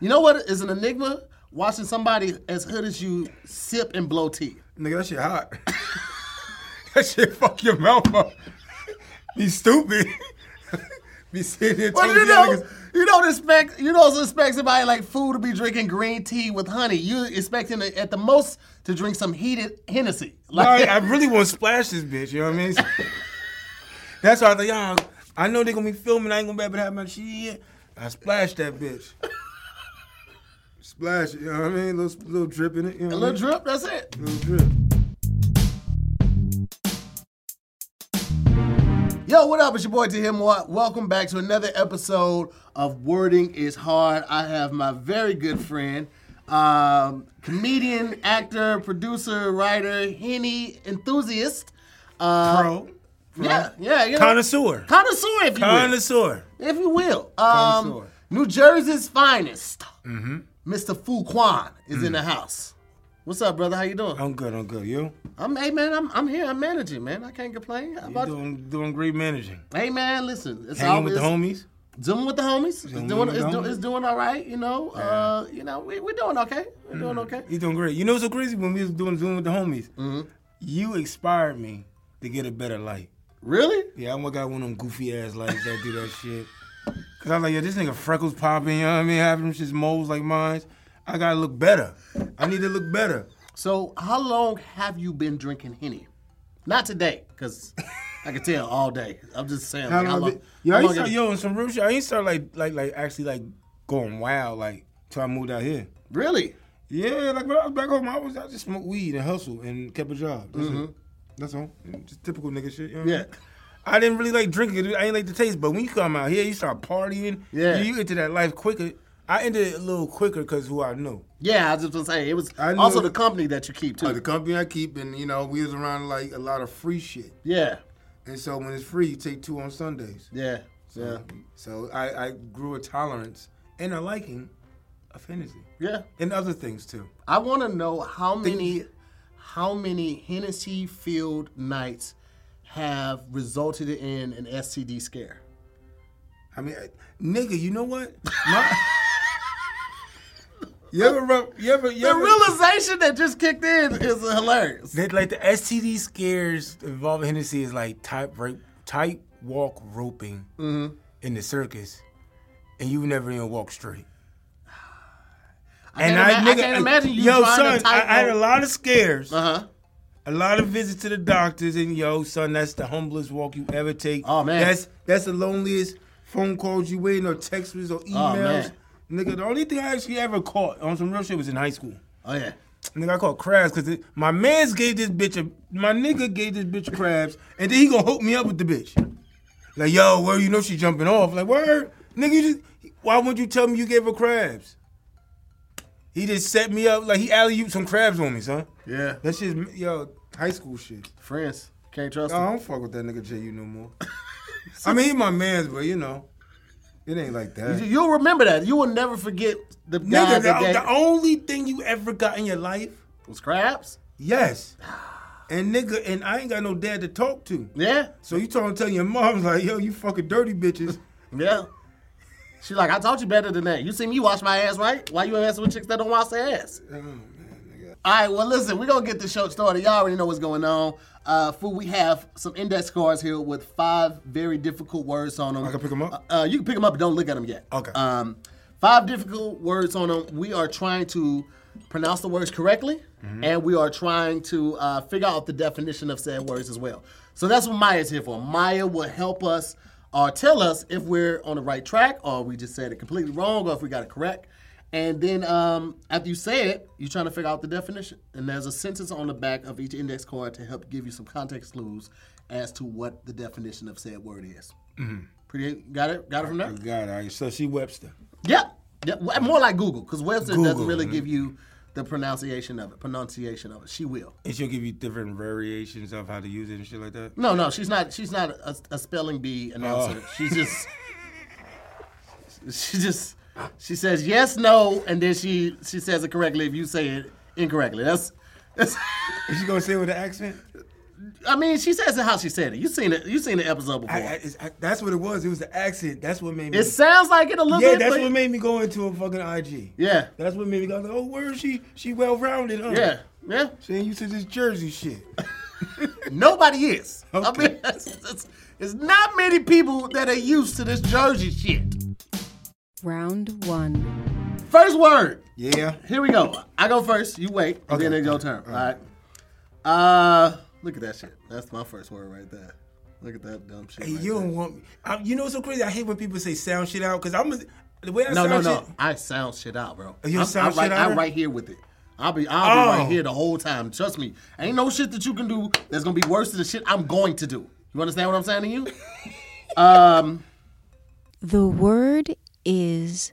You know what is an enigma? Watching somebody as hood as you sip and blow tea. Nigga, that shit hot. that shit fuck your mouth up. Be stupid. Be sitting here But talking you to know, niggas. you don't expect you don't expect somebody like food to be drinking green tea with honey. You expecting to, at the most to drink some heated Hennessy. I, Like I really want to splash this bitch. You know what I mean? That's why I thought, y'all. I know they gonna be filming. I ain't gonna be able to have my shit. I splashed that bitch. Splash it. You know what I mean? Little, little drip in it. You know a what I little mean? drip. That's it. Little drip. Yo, what up? It's your boy to him. Welcome back to another episode of Wording is Hard. I have my very good friend, um, comedian, actor, producer, writer, henny enthusiast. Uh, Bro. yeah, yeah, you know, Connoisseur. connoisseur, if you will. Connoisseur. if you will. Um, Connoisseur. Mm-hmm. New Jersey's finest, Mr. Fu Quan, is in Mm. the house. What's up, brother? How you doing? I'm good. I'm good. You? I'm, hey man, I'm, I'm here. I'm managing, man. I can't complain. How You about you? doing, doing great managing. Hey man, listen, it's Hanging with always the homies. doing with the homies. It's Doing doing, with it's, the do, homies. it's doing all right. You know, uh, you know, we, we're doing okay. We're doing okay. You doing great. You know what's so crazy when we was doing Zoom with the homies? You inspired me to get a better life. Really? Yeah, I'm got one of them goofy ass lights that do that shit. Cause I was like, yo, this nigga freckles popping, you know what I mean? Having them shits moles like mine. I gotta look better. I need to look better. So, how long have you been drinking henny? Not today, because I can tell all day. I'm just saying. like, how long? yo, how I long ain't start, have- yo, and some real shit. I ain't start like, like, like actually like going wild like till I moved out here. Really? Yeah, like when I was back home, I was I just smoked weed and hustle and kept a job. That's it. That's all. Just typical nigga shit. You know what I Yeah. mean? I didn't really like drinking. dude. I ain't like the taste, but when you come out here, you start partying. Yeah. you, you into that life quicker. I ended it a little quicker because who I know. Yeah, I was just gonna say it was I knew- also the company that you keep too. Like Uh, the company I keep, and you know, we was around like a lot of free shit. yeah, And so when it's free, you take two on Sundays. yeah, yeah, So, so I, I grew a tolerance and a liking of Hennessy yeah. and other things too. I want to know how many, how many Hennessy field nights have resulted in an STD scare. I mean, I- nigga, you know what? My, you ever rub? You ever? You The ever realization that just kicked in is hilarious. That, like the STD scares involving Hennessy is like tight rope, tight walk roping Mm-hmm. in the circus, and you never even walk straight. can't ima- I can't imagine you Yo, trying to son, I, tight I had a rope. lot of scares, Uh huh. a lot of visits to the doctors, and yo, son, that's the humblest walk you ever take. Oh, man. that's That's the loneliest phone calls you waiting or texts or emails. Oh, man. Nigga, the only thing I actually ever caught on some real shit was in high school. Oh yeah. Nigga, I caught crabs because my man's gave this bitch a my nigga gave this bitch crabs, and then he gonna hook me up with the bitch. Like, yo, where you know she jumping off? Like, where? Nigga, you just why wouldn't you tell me you gave her crabs? He just set me up like he alley ooped some crabs on me, son. Yeah. That shit's yo high school shit. Oh, Friends can't trust I them. don't fuck with that nigga JU no more. I mean, he my man's, but you know, it ain't like that. You- You'll remember that. You will never forget the guy Uh-huh. Nigga, that the, gave the only thing you ever got in your life, was crabs. yes. And nigga, and I ain't got no dad to talk to. Yeah, So you talking telling your mom like, yo, you fucking dirty bitches. yeah. She like, I taught you better than that. You see me wash my ass, right? Why you ain't messing with chicks that don't wash their ass? Mm, All right, well, listen, we're going to get the show started. Y'all already know what's going on. Uh, Foo, we have some index cards here with five very difficult words on them. I can pick 'em up? Uh, you can pick them up, but don't look at them yet. Okay. Um, five difficult words on them. We are trying to pronounce the words correctly, and we are trying to uh, figure out the definition of said words as well. So that's what Maya's here for. Maya will help us or tell us if we're on the right track, or we just said it completely wrong, or if we got it correct. And then um, after you say it, you're trying to figure out the definition. And there's a sentence on the back of each index card to help give you some context clues as to what the definition of said word is. Pretty got it? Got it from there? God, all right. So she Webster. Yep. yep. Well, More like Google, because Webster doesn't Google, Mm-hmm. really give you the pronunciation of it. Pronunciation of it. She will. And she'll give you different variations of how to use it and shit like that. No, no, she's not. She's not a, a spelling bee announcer. Oh. She's just. she just. She says yes, no, and then she she says it correctly if you say it incorrectly. That's. that's Is she gonna say it with an accent? I mean, she says it how she said it. You seen it. You seen the episode before. I, I, it's- I- that's what it was. It was the accent. That's what made me. it sounds like it a little yeah, bit. that's but- what made me go into a fucking IG. yeah, That's what made me go. Oh, where is she? She well rounded. Huh? yeah, yeah. She ain't used to this Jersey shit. Nobody is. I Okay. mean, it's, it's- it's not many people that are used to this Jersey shit. Round one. First word. Yeah. Here we go. I go first. You wait. and Okay. Then it's your turn. All right. Uh, look at that shit. That's my first word right there. Look at that dumb shit. Hey, right you there. don't want me. I, you know what's so crazy? I hate when people say sound shit out because I'm a, the way I No, sound no, shit. no. I sound shit out, bro. You I'm, sound I'm right, shit out? I'm right here with it. I'll be, I'll be Oh. right here the whole time. Trust me. Ain't no shit that you can do that's gonna be worse than the shit I'm going to do. You understand what I'm saying to you? The word is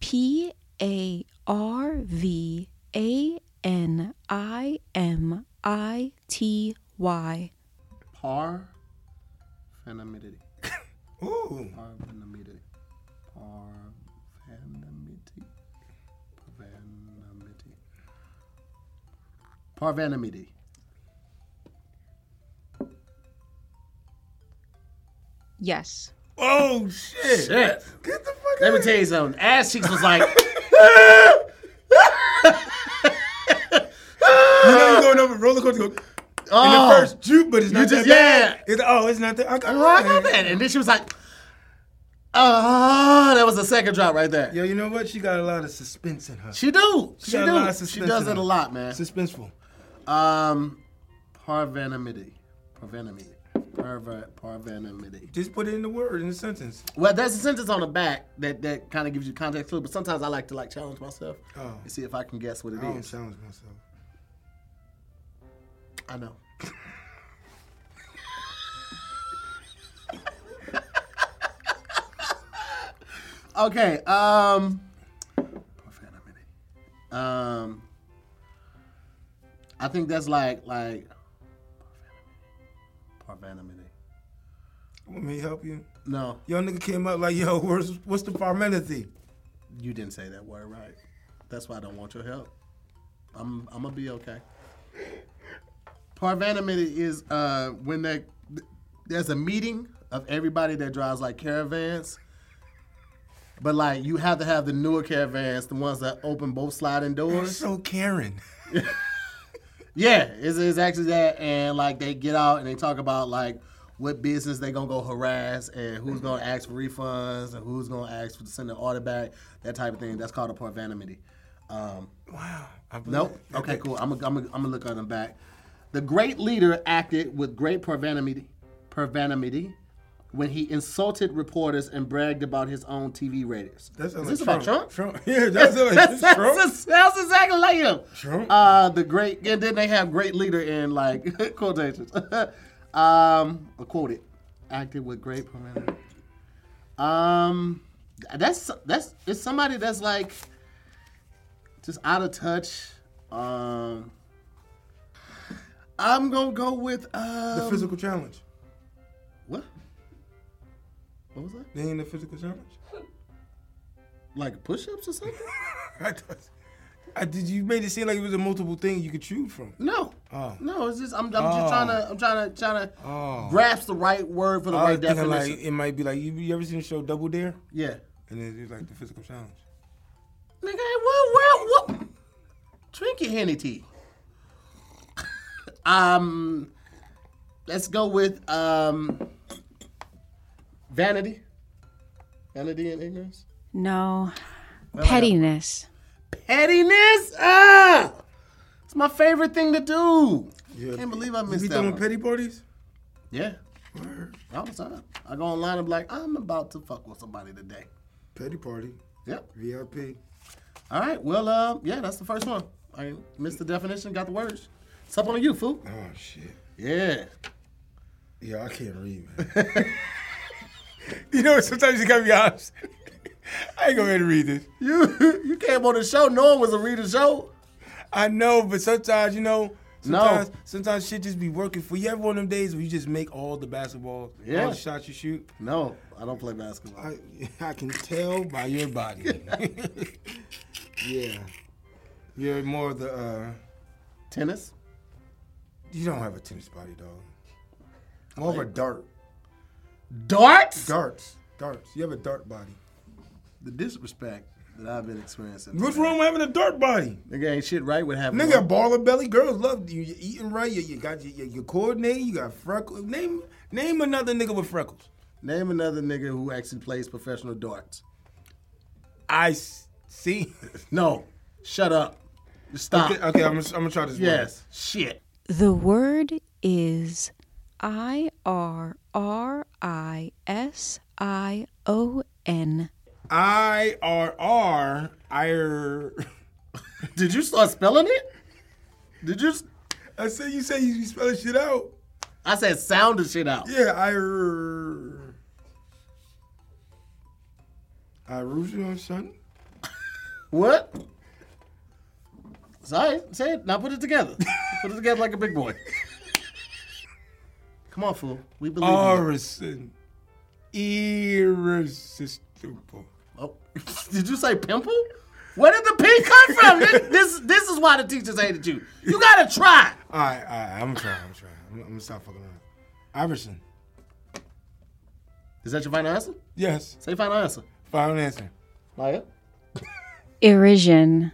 P A R V A N I M I T Y. Par, phanamidity. Ooh. Parvanamity. Parvanamity. Parvanamity. Parvanamity. Yes. Oh shit. Shit. Get the fuck Let out. me tell you something. Ass cheeks was like, You know you're going over a roller coaster. Go, oh, in the first juke, but it's not just- that bad. It's, oh, it's not that. I got, oh, I got that. And then she was like, ah, that was the second drop right there. Yo, you know what? She got a lot of suspense in her. She do. She, got a lot of do. suspense She does in it her. a lot, man. Suspenseful. Um, parvanamity. Parvanamity. Parva, parvanamity. Just put it in the word in the sentence. Well, there's a sentence on the back that, that kind of gives you context clue, but sometimes I like to like challenge myself Oh. and see if I can guess what it I don't is. challenge myself. I know. okay. Um. Profanity. Um. I think that's like like. Parvanamity. Want me to help you? No, Yo, nigga came up like, yo, where's, what's the formality? you didn't say that word right. That's why I don't want your help. I'm I'm gonna be okay. Parvanamity is uh, when they, there's a meeting of everybody that drives like caravans. But like you have to have the newer caravans, the ones that open both sliding doors. So Karen. Yeah, it's, it's actually that, and like they get out and they talk about like what business they gonna go harass and who's gonna ask for refunds and who's gonna ask for to send an order back, that type of thing. That's called a parvanamity. Um, Wow. I believe nope. it. Okay, cool. I'm gonna I'm gonna- I'm gonna look on them back. The great leader acted with great parvanamity, parvanamity when he insulted reporters and bragged about his own TV ratings. That sounds Is this like about Trump? Trump. Yeah, that's, like, that's, that's that's, Trump. that's- that's exactly like him. Trump. Uh, the great, and then they have great leader in like quotations. um, quoted, acted with great prominence. Um, that's that's it's somebody that's like just out of touch. Um, I'm gonna go with the uh, physical challenge. what? What was that? They ain't the physical challenge. Like push-ups or something? I thought, I did. You made it seem like it was a multiple thing you could choose from. No. Oh. No, it's just I'm, I'm Oh. just trying to I'm trying to trying to Oh. grasp the right word for the I right was thinking definition. like it might be like you, you ever seen the show Double Dare? yeah. And then it's like the physical challenge. Nigga, what what what? Drink your henny tea. um, let's go with um, vanity, vanity and ignorance, No. Pettiness. pettiness. Ah, it's my favorite thing to do. Yeah. Can't believe I You missed be that. throwing One. petty parties? yeah, all the time. I go online and be like, I'm about to fuck with somebody today. Petty party, Yep. VIP. All right. Well, uh, yeah, that's the first one. I missed the definition, got the words. It's up on you, fool. Oh shit. Yeah. Yeah, I can't read, man. you know, sometimes you gotta be honest. I ain't gonna be able to read this. You you came on the show knowing it was a reading show. I know, but sometimes you know, No. sometimes sometimes shit just be working for you. Ever one of them days where you just make all the basketballs, Yeah. all the shots you shoot. No, I don't play basketball. I I can tell by your body. yeah, you're more of the uh, Tennis. You don't have a tennis body, dog. More of a dart. Darts? Darts. Darts. You have a dart body. The disrespect that I've been experiencing. What's wrong with having a dart body? Nigga ain't shit right with having Nigga, baller belly girls love you. You're eating right. You, you got your, your, your coordinating. You got freckles. Name name another nigga with freckles. Name another nigga who actually plays professional darts. I s- see. No. Shut up. Just stop. okay, okay, I'm gonna I'm gonna try this. one. Yes. Shit. The word is I R R I S I O N. I R R I. Did you start spelling it? Did you? s- I said you say you, you spell shit out. I said sound the shit out. Yeah, I. r- I root you on son. What? Sorry, say it. Now put it together. put it together like a big boy. Come on, fool. We believe in you. Orison. Irresistible. Oh. Did you say pimple? Where did the pink come from? this, this this is why the teachers hated you. You gotta try. All right, all right, I'm trying, I'm trying. I'm, I'm gonna stop fucking around. Iverson. Is that your final answer? Yes. Say final answer. Final answer. Maya? Irision.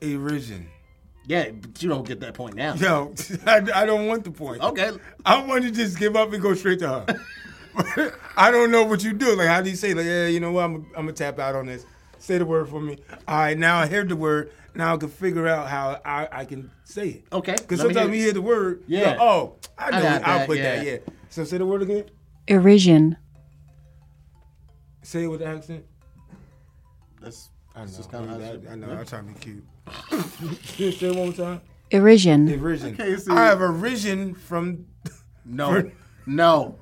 Irrision. Yeah, but you don't get that point now. Yo, I, I don't want the point. Okay. I want to just give up and go straight to her. I don't know what you do. Like, how do you say, like, yeah, you know what? I'm going I'm to tap out on this. Say the word for me. All right, now I heard the word. Now I can figure out how I, I can say it. Okay, Because let me sometimes hear we it. hear the word. you Yeah. go, oh, I know. I got I will that, put that, yeah. yeah. So say the word again. Irision. Say it with the accent. That's, I know. that's just kind of I, I know. I'm trying to be cute. Can you say it one more time? Irision. Irrision. Okay, see. I have arisen from. No, no,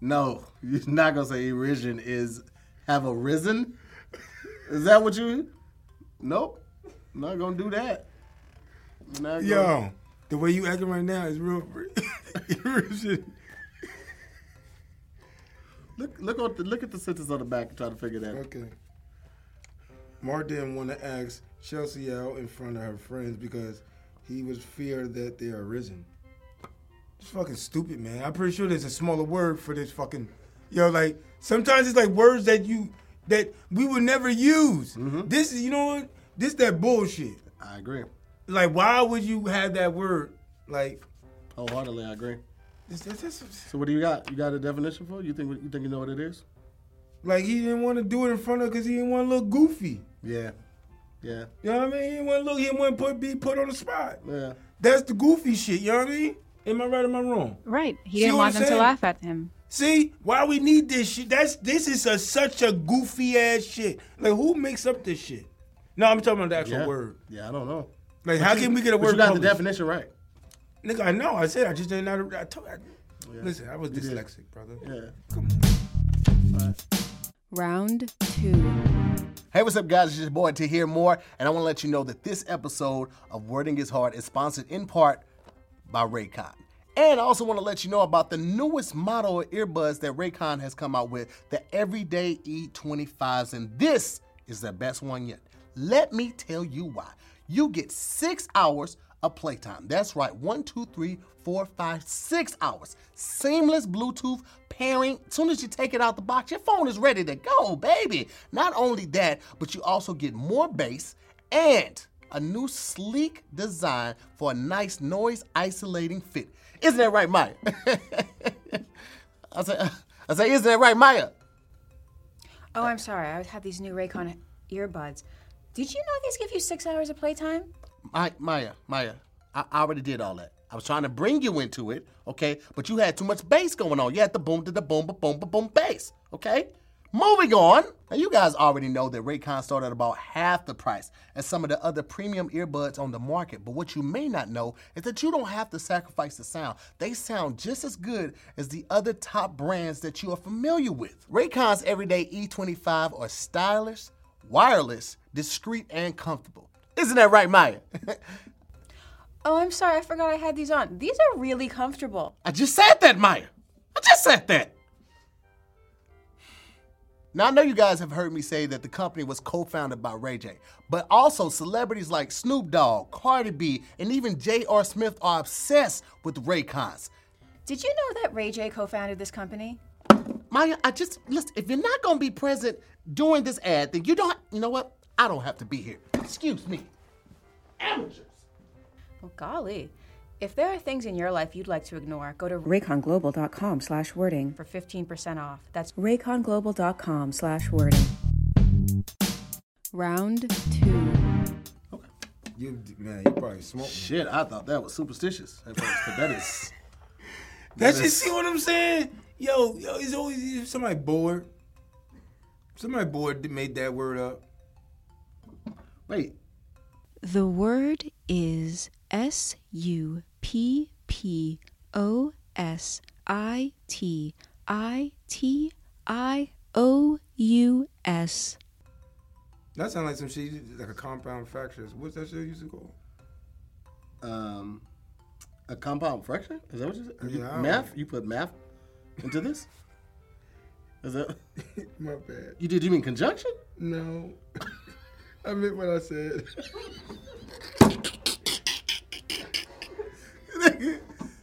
no. You're not gonna say irrision is have arisen. Is that what you? Nope. Not gonna do that. Not gonna- Yo, the way you acting right now is real. irrision. look look at the, look at the sentence on the back and try to figure that. out. Okay. Martin want to ask Chelsea out in front of her friends because he was feared that they are risen. It's fucking stupid, man. I'm pretty sure there's a smaller word for this fucking. Yo, like sometimes it's like words that you that we would never use. This is you know what? This that bullshit. I agree. Like why would you have that word? Like Wholeheartedly, I agree. this, this, this- So what do you got? You got a definition for? it? You think you think you know what it is? like he didn't want to do it in front of because he didn't want to look goofy. Yeah. Yeah. You know what I mean? He didn't want to look. He didn't want to put, be put on the spot. Yeah. That's the goofy shit, you know what I mean? Am I right or am I wrong? Right. He See didn't what want I'm them to saying? laugh at him. See, why we need this shit? That's this is a, such a goofy ass shit. Like who makes up this shit? No, I'm talking about the actual Yeah. word. Yeah. I don't know. Like how can we get a But word? you got the published? definition right. Nigga, I know. I said I just didn't know. I told. I, Listen, I was dyslexic, brother. Yeah. Come on. Round two. Hey, what's up, guys? It's your boy to hear more, and I want to let you know that this episode of Wording is Hard is sponsored in part by Raycon. And I also want to let you know about the newest model of earbuds that Raycon has come out with, the Everyday E25s, and this is their best one yet. Let me tell you why. You get six hours of playtime. That's right, one, two, three, four, five, six hours. Seamless Bluetooth pairing. soon as you take it out the box, your phone is ready to go, baby. Not only that, but you also get more bass and a new sleek design for a nice noise isolating fit. Isn't that right, Maya? I say, uh, I say, isn't that right, Maya? Oh, I'm sorry. I had these new Raycon earbuds. Did you know these give you six hours of playtime? My, Maya, Maya, I I already did all that. I was trying to bring you into it, okay? But you had too much bass going on. You had the boom to the boom, ba boom, ba boom bass, okay? Moving on. Now, you guys already know that Raycon started at about half the price as some of the other premium earbuds on the market. But what you may not know is that you don't have to sacrifice the sound. They sound just as good as the other top brands that you are familiar with. Raycon's Everyday E25 are stylish, wireless, discreet, and comfortable. Isn't that right, Maya? Oh, I'm sorry. I forgot I had these on. These are really comfortable. I just said that, Maya. I just said that. Now I know you guys have heard me say that the company was co-founded by Ray J, but also celebrities like Snoop Dogg, Cardi B, and even J.R. Smith are obsessed with Raycons. Did you know that Ray J co-founded this company? Maya, I just listen. If you're not gonna be present during this ad, then you don't. You know what? I don't have to be here. Excuse me. Amateurs. Well, golly. If there are things in your life you'd like to ignore, go to rayconglobal.com slash wording for 15% off. That's rayconglobal.com slash wording. Round two. You man, you probably smoked. me. Shit, I thought that was superstitious at first, but that is. That's just see what I'm saying? Yo, yo, it's always if somebody bored. Somebody bored that made that word up. Wait, The word is S U P P O S I T I T I O U S. That sounds like some shit you- like a compound fracture. What's that shit used to call? um, a compound fraction? Is that what you said? You- Yeah, I don't math? You put math into this? Is that My bad. you did? You mean conjunction? No, I meant what I said.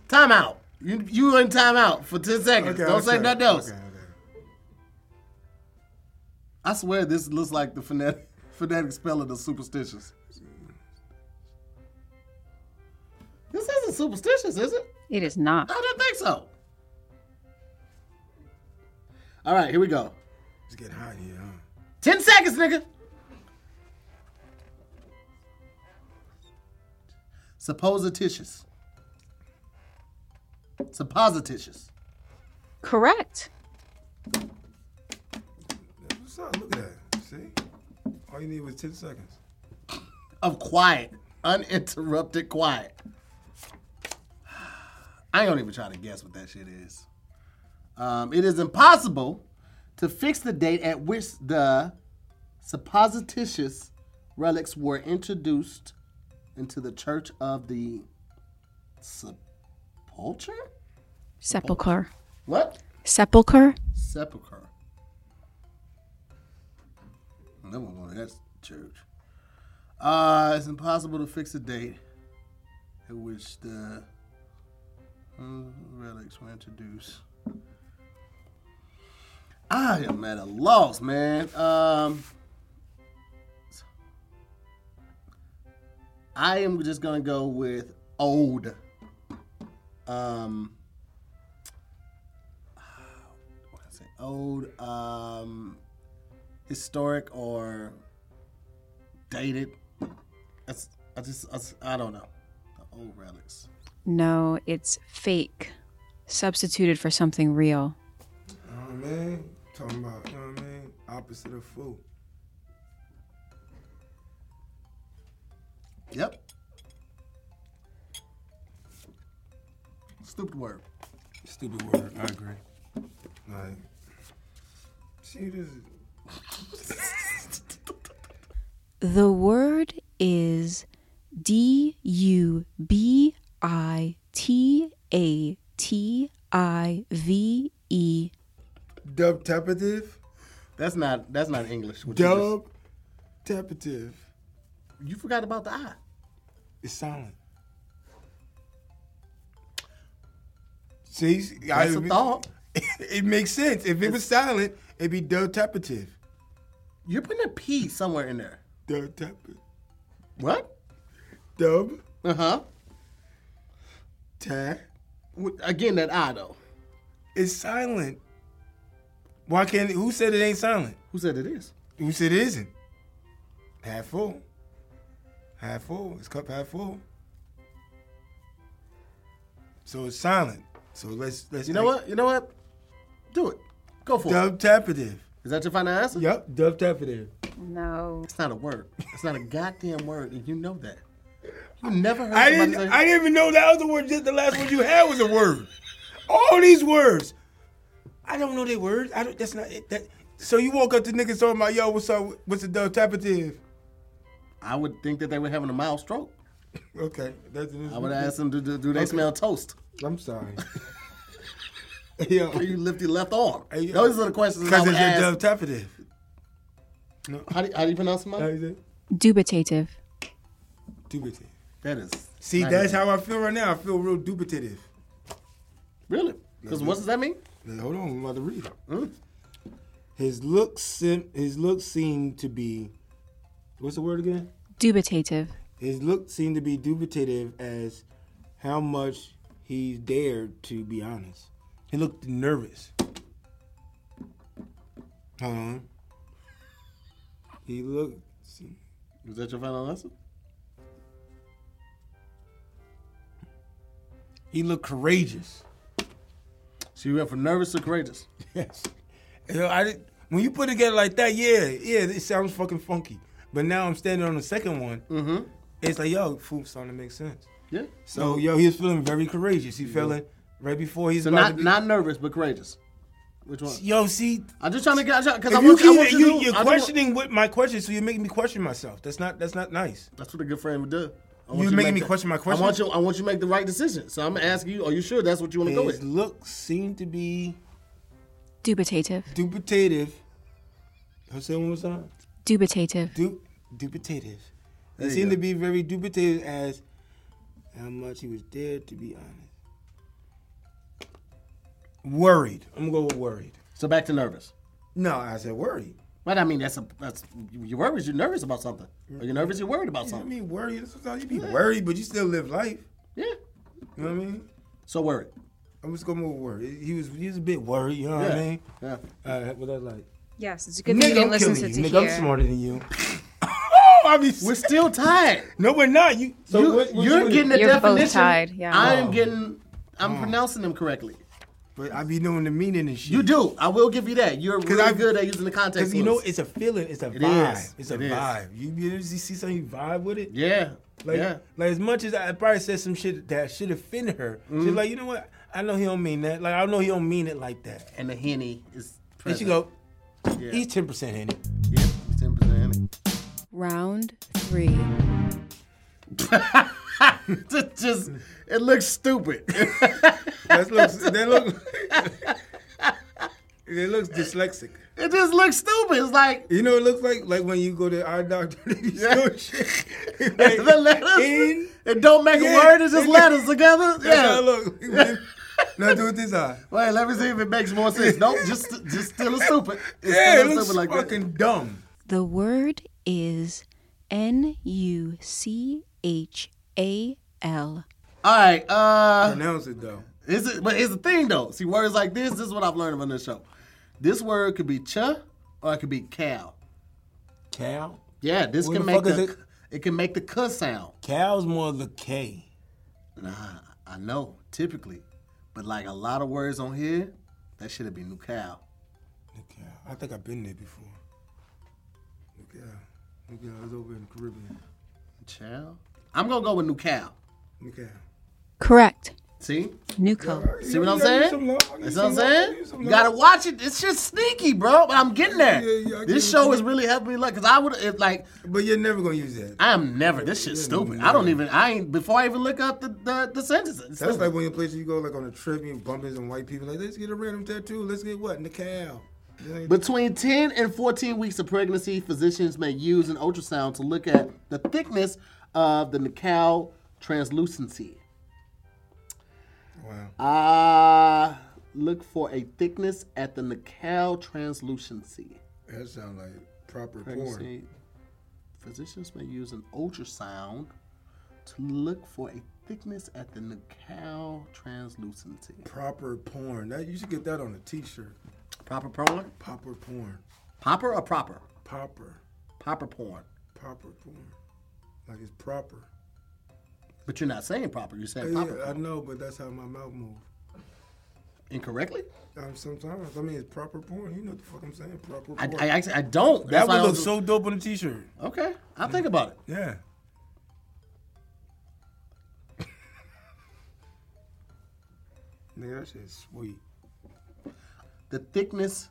Timeout. You you in timeout for ten seconds. Okay, Don't I'll say try. nothing else. Okay, okay. I swear this looks like the phonetic phonetic spelling of superstitious. This isn't superstitious, is it? It is not. I didn't think so. All right, here we go. It's getting hot in here, huh? Ten seconds, nigga. Supposititious. Supposititious. Correct. What's up? Look at that. See? All you need was 10 seconds. Of quiet. Uninterrupted quiet. I ain't gonna even try to guess what that shit is. Um, it is impossible to fix the date at which the supposititious relics were introduced into the church of the sepulchre? Sepulcher. What? Sepulcher. Sepulchre. I never going to that church. Uh, it's impossible to fix a date at which the uh, relics were introduced. I am at a loss, man. Um, I am just gonna go with old. Um, what did I say? Old, um, historic or dated. That's, I just, I, s- I don't know. The old relics. No, it's fake. Substituted for something real. You know what I mean? Talking about, you know what I mean? Opposite of fool. Yep. Stupid word. Stupid word. I agree. Like, see, this is. The word is D U B I T A T I V E. Dub tapative? That's not, that's not English. what you just- Dub tapative. You forgot about the I. It's silent. See, I, That's a thought. it makes sense. If it was silent, it'd be dub tapative. You're putting a P somewhere in there. Dub tapative. What? Dub Uh huh. tap. Again, that I though. It's silent. Why can't? Who said it ain't silent? Who said it is? Who said it isn't? Half full. Half full. It's cup half full. So it's silent. So let's let's. You know what? You know what? Do it. Go for it. Dub tapative. Is that your final answer? Yep. Dub tapative. No. It's not a word. It's not a goddamn word, and you know that. You never heard I somebody didn't say. I didn't even know that other word just the last word you had was a word. All these words. I don't know their words. I don't that's not it. That, so you walk up to niggas talking about, yo, what's up? What's the dub tapative? I would think that they were having a mild stroke. Okay. That's, I would ask them, do, do, do they smell toast? I'm sorry. Yo. Can you lift your left arm? Hey, yo. Those are the questions that I Because would it's your ask. dubtapative. How do, how do you pronounce mine? Dubitative. Dubitative. That is. See, not that's good. how I feel right now. I feel real dubitative. Really? Because what does that mean? Hmm? Now, hold on, I'm about to read. His looks, sim- his looks seem to be, what's the word again? Dubitative. His look seemed to be dubitative as how much he dared to be honest. He looked nervous. Hold on. He looked. Is that your final answer? He looked courageous. So you went from nervous to courageous. Yes. You know, I did, when you put it together like that, yeah, yeah, it sounds fucking funky. But now I'm standing on the second one. Mm-hmm. It's like, yo, food's starting to make sense. Yeah. So, yo, he was feeling very courageous. He feeling right before he's So about not to be, not nervous, but courageous. Which one? Yo, see, I'm just trying to get because I If you want I keep want you, you, to do- you're I do- questioning what my question, so you're making me question myself. That's not that's not nice. That's what a good friend would do. I want You're to making make me the- question my question? I want you. I want you to make the right decision. So I'm asking you. Are you sure that's what you want to go His with? looks seem to be Dubitative. dubitative. I'll say it one more time. Dubitative. Du- dubitative. They you seem go. to be very dubitative as how much he was dared to be honest. Worried. I'm gonna go with worried. So back to nervous. No, I said worried. But I mean, that's a that's you're worried. You're nervous about something. Are you nervous? You're worried about I something. mean worried. Sometimes you be worried, but you still live life. Yeah. You know what I mean? So worried. I'm just gonna go with worried. He was he was a bit worried. You know what I Yeah. mean? Yeah. All right, what that like? Yes, it's a good Nigga, thing you don't didn't listen kill to me. to Nigga, hear. I'm smarter than you. oh, I be We're still tied. no, we're not. You, so you, what- what you're you- Oh. getting the You're both definition. tied, Uh, yeah. I'm getting. I'm pronouncing them correctly. But I be knowing the meaning and shit. You do. I will give you that. You're really I- good at using the context. Cause you know clues. it's a feeling, it's a It vibe, is. it's a It is. vibe. You, you ever see something, you vibe with it. yeah. Like, yeah. like as much as I probably said some shit that should offend her, Mm-hmm. she's like, you know what? I know he don't mean that. Like I know he don't mean it like that. And the henny is. And she Present. go, Yeah. he's ten percent in it. Yeah. Ten percent. Round three. Just. It looks stupid. That looks, that looks, it looks dyslexic. It just looks stupid. It's like You know, it looks like like when you go to our doctor. Yeah. Yeah. shit. the letters. In. it don't make Yeah. a word. It's just letters together. That's how it Yeah. look. now do it this eye. Wait, let me see if it makes more sense. Nope. Just, just still a stupid. It's Yeah, it still a looks stupid like that. fucking dumb. The word is N U C H A L. All right. Uh. Pronounce it though. Is it? But here's the thing, though. See, words like this. This is what I've learned about this show. This word could be ch, or it could be cow. Cow. Yeah, this What can the make fuck is the it? it? can make the c sound. Cow's more the K. Nah, I know typically, but like a lot of words on here, that should have been new cow. The cow. I think I've been there before. The cow. The cow. I was over in the Caribbean. Chow. I'm gonna go with new cow. The cow. Correct. See, Nuco. see what I'm Yeah, yeah, saying? some love, I need That's what I'm some love, I saying. need some You gotta love. watch it. It's just sneaky, bro. But I'm getting there. Yeah, yeah, I get this it. show is really helping me. Look, cause I would if like But you're never gonna use that. I am never. This shit's stupid. I don't even. I ain't. Before I even look up the the, the sentences. It's That's stupid. like when you place you go like on a trip and you bump into some white people like let's get a random tattoo. Let's get what? The cow. Between 10 and 14 weeks of pregnancy, physicians may use an ultrasound to look at the thickness of the nuchal translucency. Wow. Uh, look for a thickness at the nuchal translucency. That sounds like proper porn. Pregnancy. Physicians may use an ultrasound to look for a thickness at the nuchal translucency. Proper porn. That you should get that on a t-shirt. Proper porn? Popper porn. Popper or proper? Popper. Popper porn. Proper porn. Like it's proper. But you're not saying proper. You're saying Yeah, popper I know, but that's how my mouth moves. incorrectly. Um, sometimes I mean it's proper porn. You know what the fuck I'm saying? Proper porn. I, I actually I don't. That's that why I would look don't do- so dope on a t-shirt. Okay, I'll think about it. Yeah. Nigga, that shit's sweet. The thickness,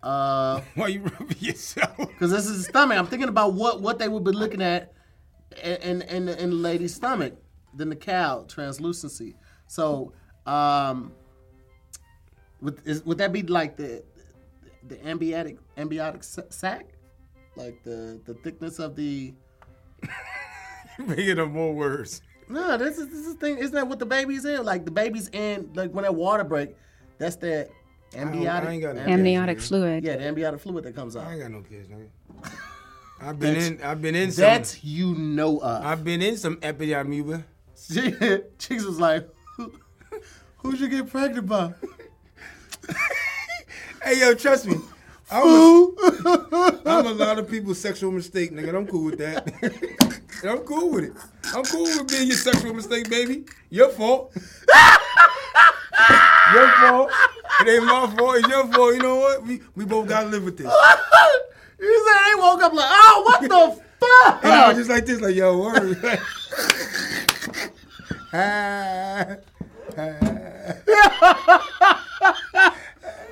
because Why you rubbing yourself? this is the stomach. I'm thinking about what what they would be looking at in in, in, the, in the lady's stomach, then the cow translucency. So um, Would is, would that be like the the ambiotic ambiotic sa- sac, like the the thickness of the? Making up more words. No, this is this is thing. Isn't that what the baby's in? Like the baby's in like when that water break, that's that ambiotic. ain't got no ambi- Amniotic fluid. Yeah, the ambiotic fluid that comes out. I ain't got no kids, nigga. I've been in. I've been in some. That you know of. I've been in some epidemic. She, Chicks was like, Who, "Who'd you get pregnant by?" Hey yo, trust me. I was, I'm a lot of people's sexual mistake, nigga. I'm cool with that. And I'm cool with it. I'm cool with being your sexual mistake, baby. Your fault. your fault. It ain't my fault. It's your fault. You know what? We we both gotta live with this. You said they woke up like, "Oh, what the fuck?" And I was just like this, like yo, word. Ah, You're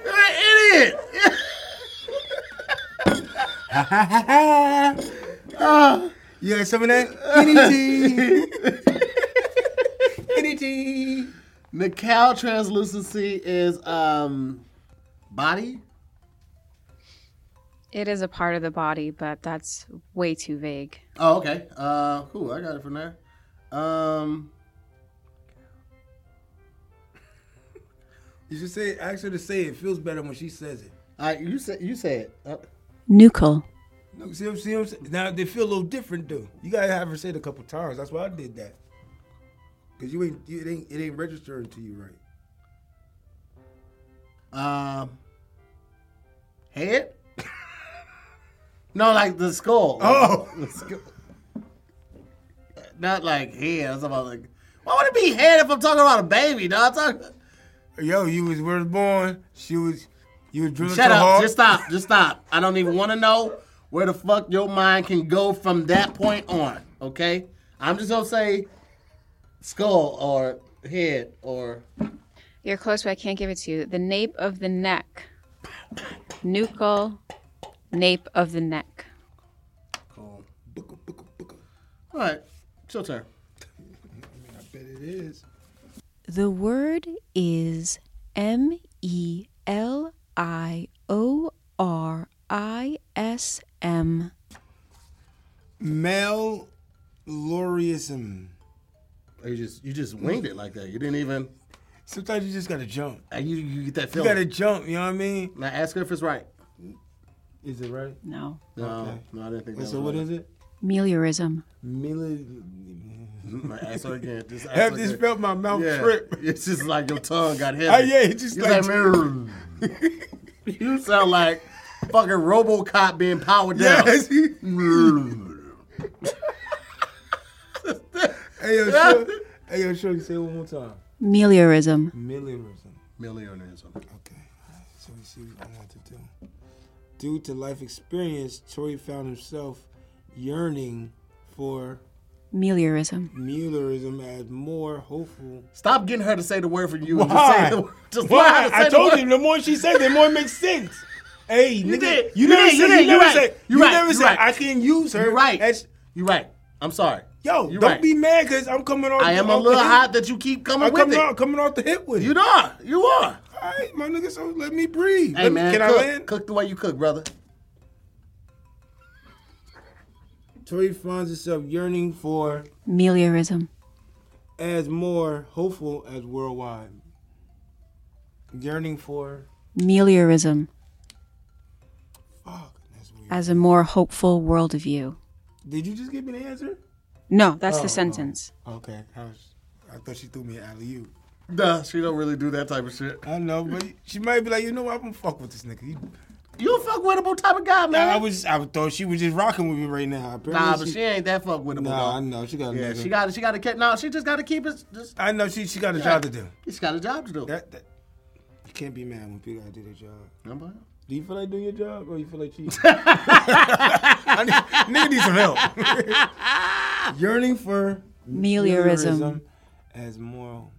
an idiot. ah. you had some of that energy. energy. Nical translucency is um body. It is a part of the body, but that's way too vague. Oh, okay. Uh, cool. I got it from there. Um, You should say, ask her to say it. It feels better when she says it. I you said you said uh, Nucal. No, see, what I'm- see what I'm saying? Now they feel a little different though. You gotta have her say it a couple times. That's why I did that. Cause you ain't, you, it ain't, it ain't registering to you right. um head. no, like the skull. Oh, The skull. Not like head. That's about like. Why would it be head if I'm talking about a baby? Dog. Talk- yo, you was where born. She was, you was drilling Shut so up. hard. Just stop. Just stop. I don't even want to know where the fuck your mind can go from that point on. Okay. I'm just gonna say skull or head or You're close, but I can't give it to you. The nape of the neck. Nucal nape of the neck. Cool. All right, it's your turn. I bet it is. The word is M E L I O R I S M. Male laureism. Oh, You just you just winged it like that. You didn't even. Sometimes you just gotta jump. uh, You you get that You feeling. gotta jump. You know what I mean? now ask her if it's right. Is it right? No. No, no, I didn't think that. So was what right. is it? Meliorism. Mili- Now ask her again. Just ask Have her this again. felt my mouth Yeah. trip. It's just like your tongue got heavy. Oh yeah, it's just You like, like, "Mm." you sound like fucking RoboCop being powered down. Mmm. Yes. hey yo, show, hey yo, show. You say it one more time. Meliorism. Million or something. Millionaires. Okay. So you see what I want to do. Due to life experience, Tori found himself yearning for Meliorism. Muellerism as more hopeful. Stop getting her to say the word for you. and Why? Just say the, just let her Why? say I the told word. you. The more she says, the more it makes sense. Hey, you nigga, did. You, You never did. You said. did. You You never right. said. You You right. never You said. right. I can use her. You're right. as- You're right. I'm sorry. Yo, You're don't right. be mad because I'm coming off. I am a off the little hip. hot that you keep coming I'm with coming it. off, coming off the hip with You are. You are. All right, my nigga. So let me breathe. Hey Let me- man, can cook, I land? cook the way you cook, brother. Tori finds herself yearning for Meliorism. as more hopeful as worldwide. Yearning for Meliorism. fuck. That's weird. As a more hopeful worldview. Did you just give me the answer? No, Oh, that's the sentence. Okay. I, was, I thought she threw me an alley oop. Nah, she don't really do that type of shit. I know, but she might be like, you know what? I'm gonna fuck with this nigga. He- You a fuck withable type of guy, man. I was, I thought she was just rocking with me right now. Apparently nah, but she, ain't that fuck withable. Nah, I though. know she got. Yeah, another- she got. She got to keep. No, she just got to keep it. Just I know she she got a job to do. she got a job to do. That, that you can't be mad when people gotta do their job. Remember? Do you feel like doing your job, or you feel like cheating? I need, nigga need some help. Yearning for Meliorism. meliorism as moral.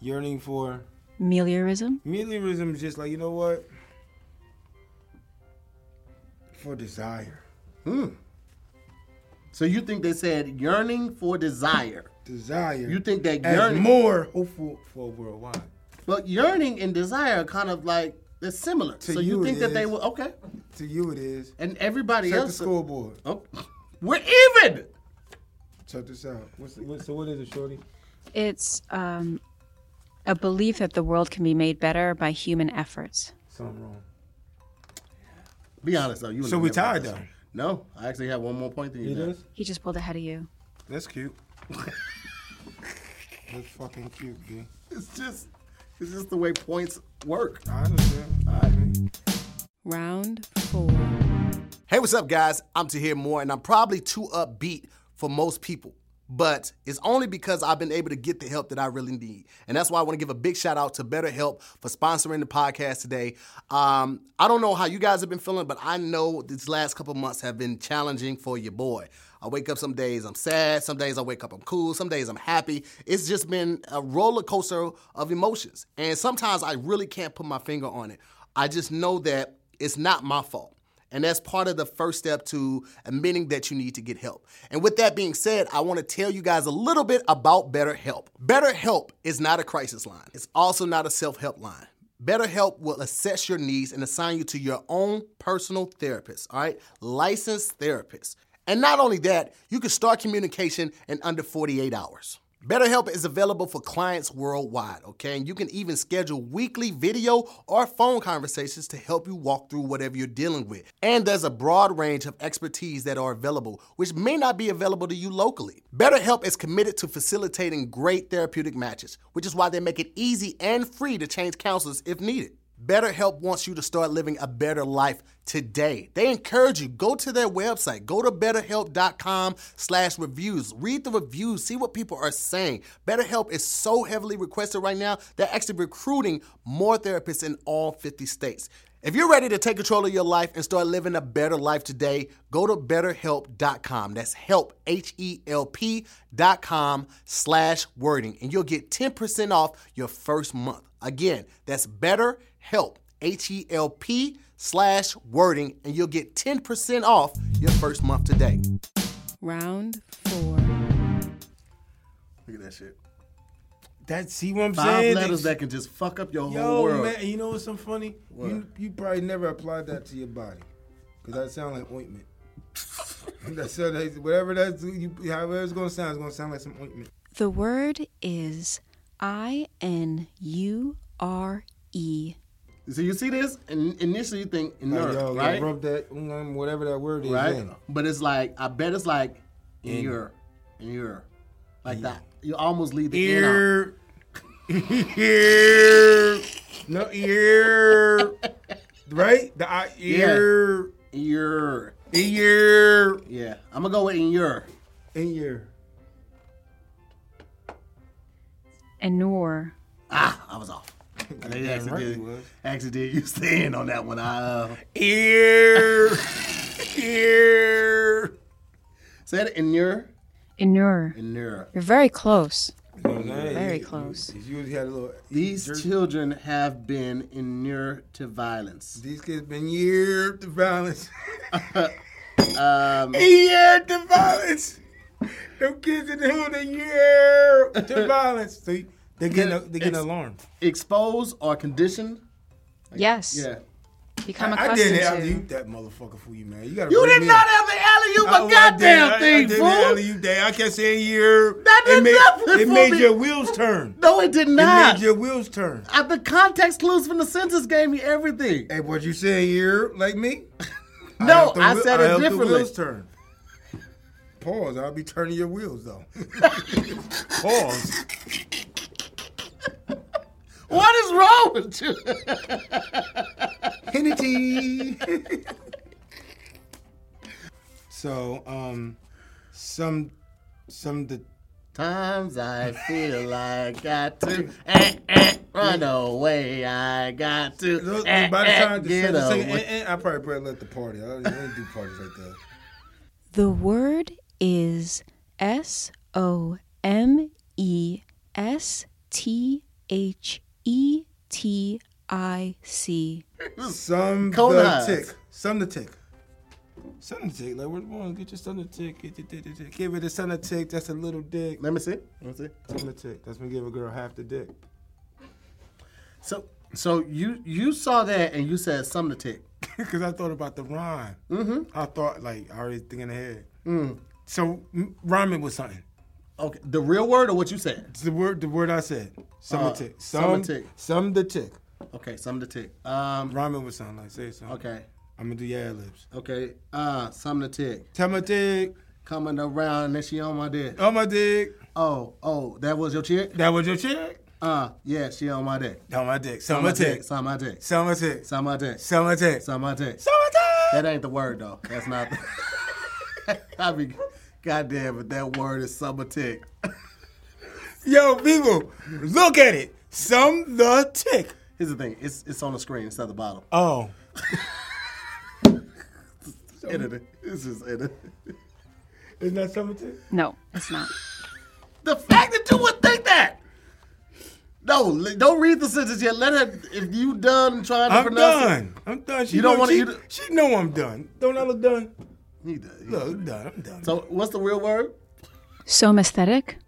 Yearning for Meliorism. meliorism is just like you know what? For desire. So you think they said yearning for desire? Desire. You think that as yearning? more hopeful for worldwide. But yearning and desire are kind of like they're similar. so you, you think it that they is. will? Okay. To you, it is. And everybody Check the else. scoreboard. Oh, we're even. Check this out. What's what, so what is it, Shorty? It's um, a belief that the world can be made better by human efforts. Something wrong. Be honest though. You So would've we never got tied, this though. one. No, I actually have one more point than you. It did. is. He just pulled ahead of you. That's cute. That's fucking cute, B. It's just, it's just the way points work. I understand. All right. Round four. Hey, what's up, guys? I'm to hear more, and I'm probably too upbeat for most people. But it's only because I've been able to get the help that I really need. And that's why I want to give a big shout out to BetterHelp for sponsoring the podcast today. Um, I don't know how you guys have been feeling, but I know these last couple months have been challenging for your boy. I wake up some days I'm sad, some days I wake up I'm cool, some days I'm happy. It's just been a roller coaster of emotions. And sometimes I really can't put my finger on it. I just know that it's not my fault. And that's part of the first step to admitting that you need to get help. And with that being said, I want to tell you guys a little bit about BetterHelp. BetterHelp is not a crisis line, it's also not a self help line. BetterHelp will assess your needs and assign you to your own personal therapist, all right? Licensed therapist. And not only that, you can start communication in under 48 hours. BetterHelp is available for clients worldwide, okay? And you can even schedule weekly video or phone conversations to help you walk through whatever you're dealing with. And there's a broad range of expertise that are available, which may not be available to you locally. BetterHelp is committed to facilitating great therapeutic matches, which is why they make it easy and free to change counselors if needed. BetterHelp wants you to start living a better life today. They encourage you, go to their website, go to betterhelp.com slash reviews. Read the reviews, see what people are saying. BetterHelp is so heavily requested right now, they're actually recruiting more therapists in all 50 states. If you're ready to take control of your life and start living a better life today, go to betterhelp.com. That's help, H E L P dot com slash wording, and you'll get 10% off your first month. Again, that's betterhelp, H E L P slash wording, and you'll get 10% off your first month today. Round four. Look at that shit. That see what I'm Five saying? letters that can just fuck up your whole Yo, world. man, you know what's so funny? You, you probably never applied that to your body, cause that sound like ointment. that sound like, whatever that's you, however it's gonna sound, it's gonna sound like some ointment. The word is I N U R E. So you see this, and initially you think Like, inert, yo, yo, right? rub that mm, whatever that word is. right? in. But it's like I bet it's like in your in your like that. You almost leave the ear. Ear. ear. No ear. right? The I, ear. Ear. Ear. Yeah, I'm gonna go with in your. In your Anur. Ah, I was off. I think I right actually, you did, was. actually did use the end on that one. I, uh, Ear. ear. say it in your Anur. in your. You're very close. You know what I'm saying? Very You- you- close. You, usually had a little. These jerk- children have been inure to violence. these kids been year to violence. Um, Year to violence. Them kids in the hood, they year to violence. So you- they get a, they get It's- alarmed. expose or condition. yes. Yeah. Become I accustomed didn't didn't have alley to. oop that motherfucker for you, man. You gotta. You bring did me not in. have the alley oop Oh, a I did. I- goddamn thing, I, fool. did alley-oop that. I kept saying year. That it did made, nothing It for made me. your wheels turn. No, it did It not. made your wheels turn. Uh, the context clues from the sentence gave me everything. Hey, what you saying year like me? No, helped the I, wheel- said it helped the differently. wheels turn. Pause. I'll be turning your wheels though. Pause. What is wrong with you? Hennity. so, um, some, some the. Uh, Times I feel like got to eh, eh, run away. I got to eh, by the eh, time the get second, second away. eh, eh, I probably probably left the party. I don't, I don't do parties like that. The word is S O M E S T H E T I C. Some Cold the Mm. eyes. tick. Some the tick. Son of a tick. Like, where's one? Get your son a tick. Get your dick, dick, dick. Give it a son a tick. That's a little dick. Let me see. Let me see. Son a tick. That's when you give a girl half the dick. So, so you you saw that and you said something to take. Because I thought about the rhyme. Mm-hmm. I thought, like, I already thinking ahead. Mm. So, m- rhyme it with something. Okay, the real word or what you said? It's the word the word I said. Some Uh, the tick. some Some, the tick. Some the tick. Okay, something to take. Um, Rhyming with something. Like, say something. okay, I'm going to do your ad libs. okay, uh, something to take. Tell my dick. Coming around and she on my dick. Oh, my dick. Oh, oh, that was your chick. That was your chick? Uh, yeah, she on my dick. That my dick. Some my dick. Some my dick. Some my dick. Some my dick. Some my dick. Some my dick. Some my dick. That ain't the word though. That's not. The... I mean, goddamn, but that word is summer tick. Yo, people, look at it. Some the tick. Here's the thing. It's it's on the screen. It's at the bottom. Oh. Edit it. This is edit. it. Isn't that some tick? No, it's not. The fact that you would think that. No, li- don't read the sentence yet. Let her. If you done trying to I'm pronounce done. I'm done. She You don't know, wanna- she, you don't- she know I'm done. Don't I look done? it, he done. Look, I'm done. I'm done. So what's the real word? Some aesthetic.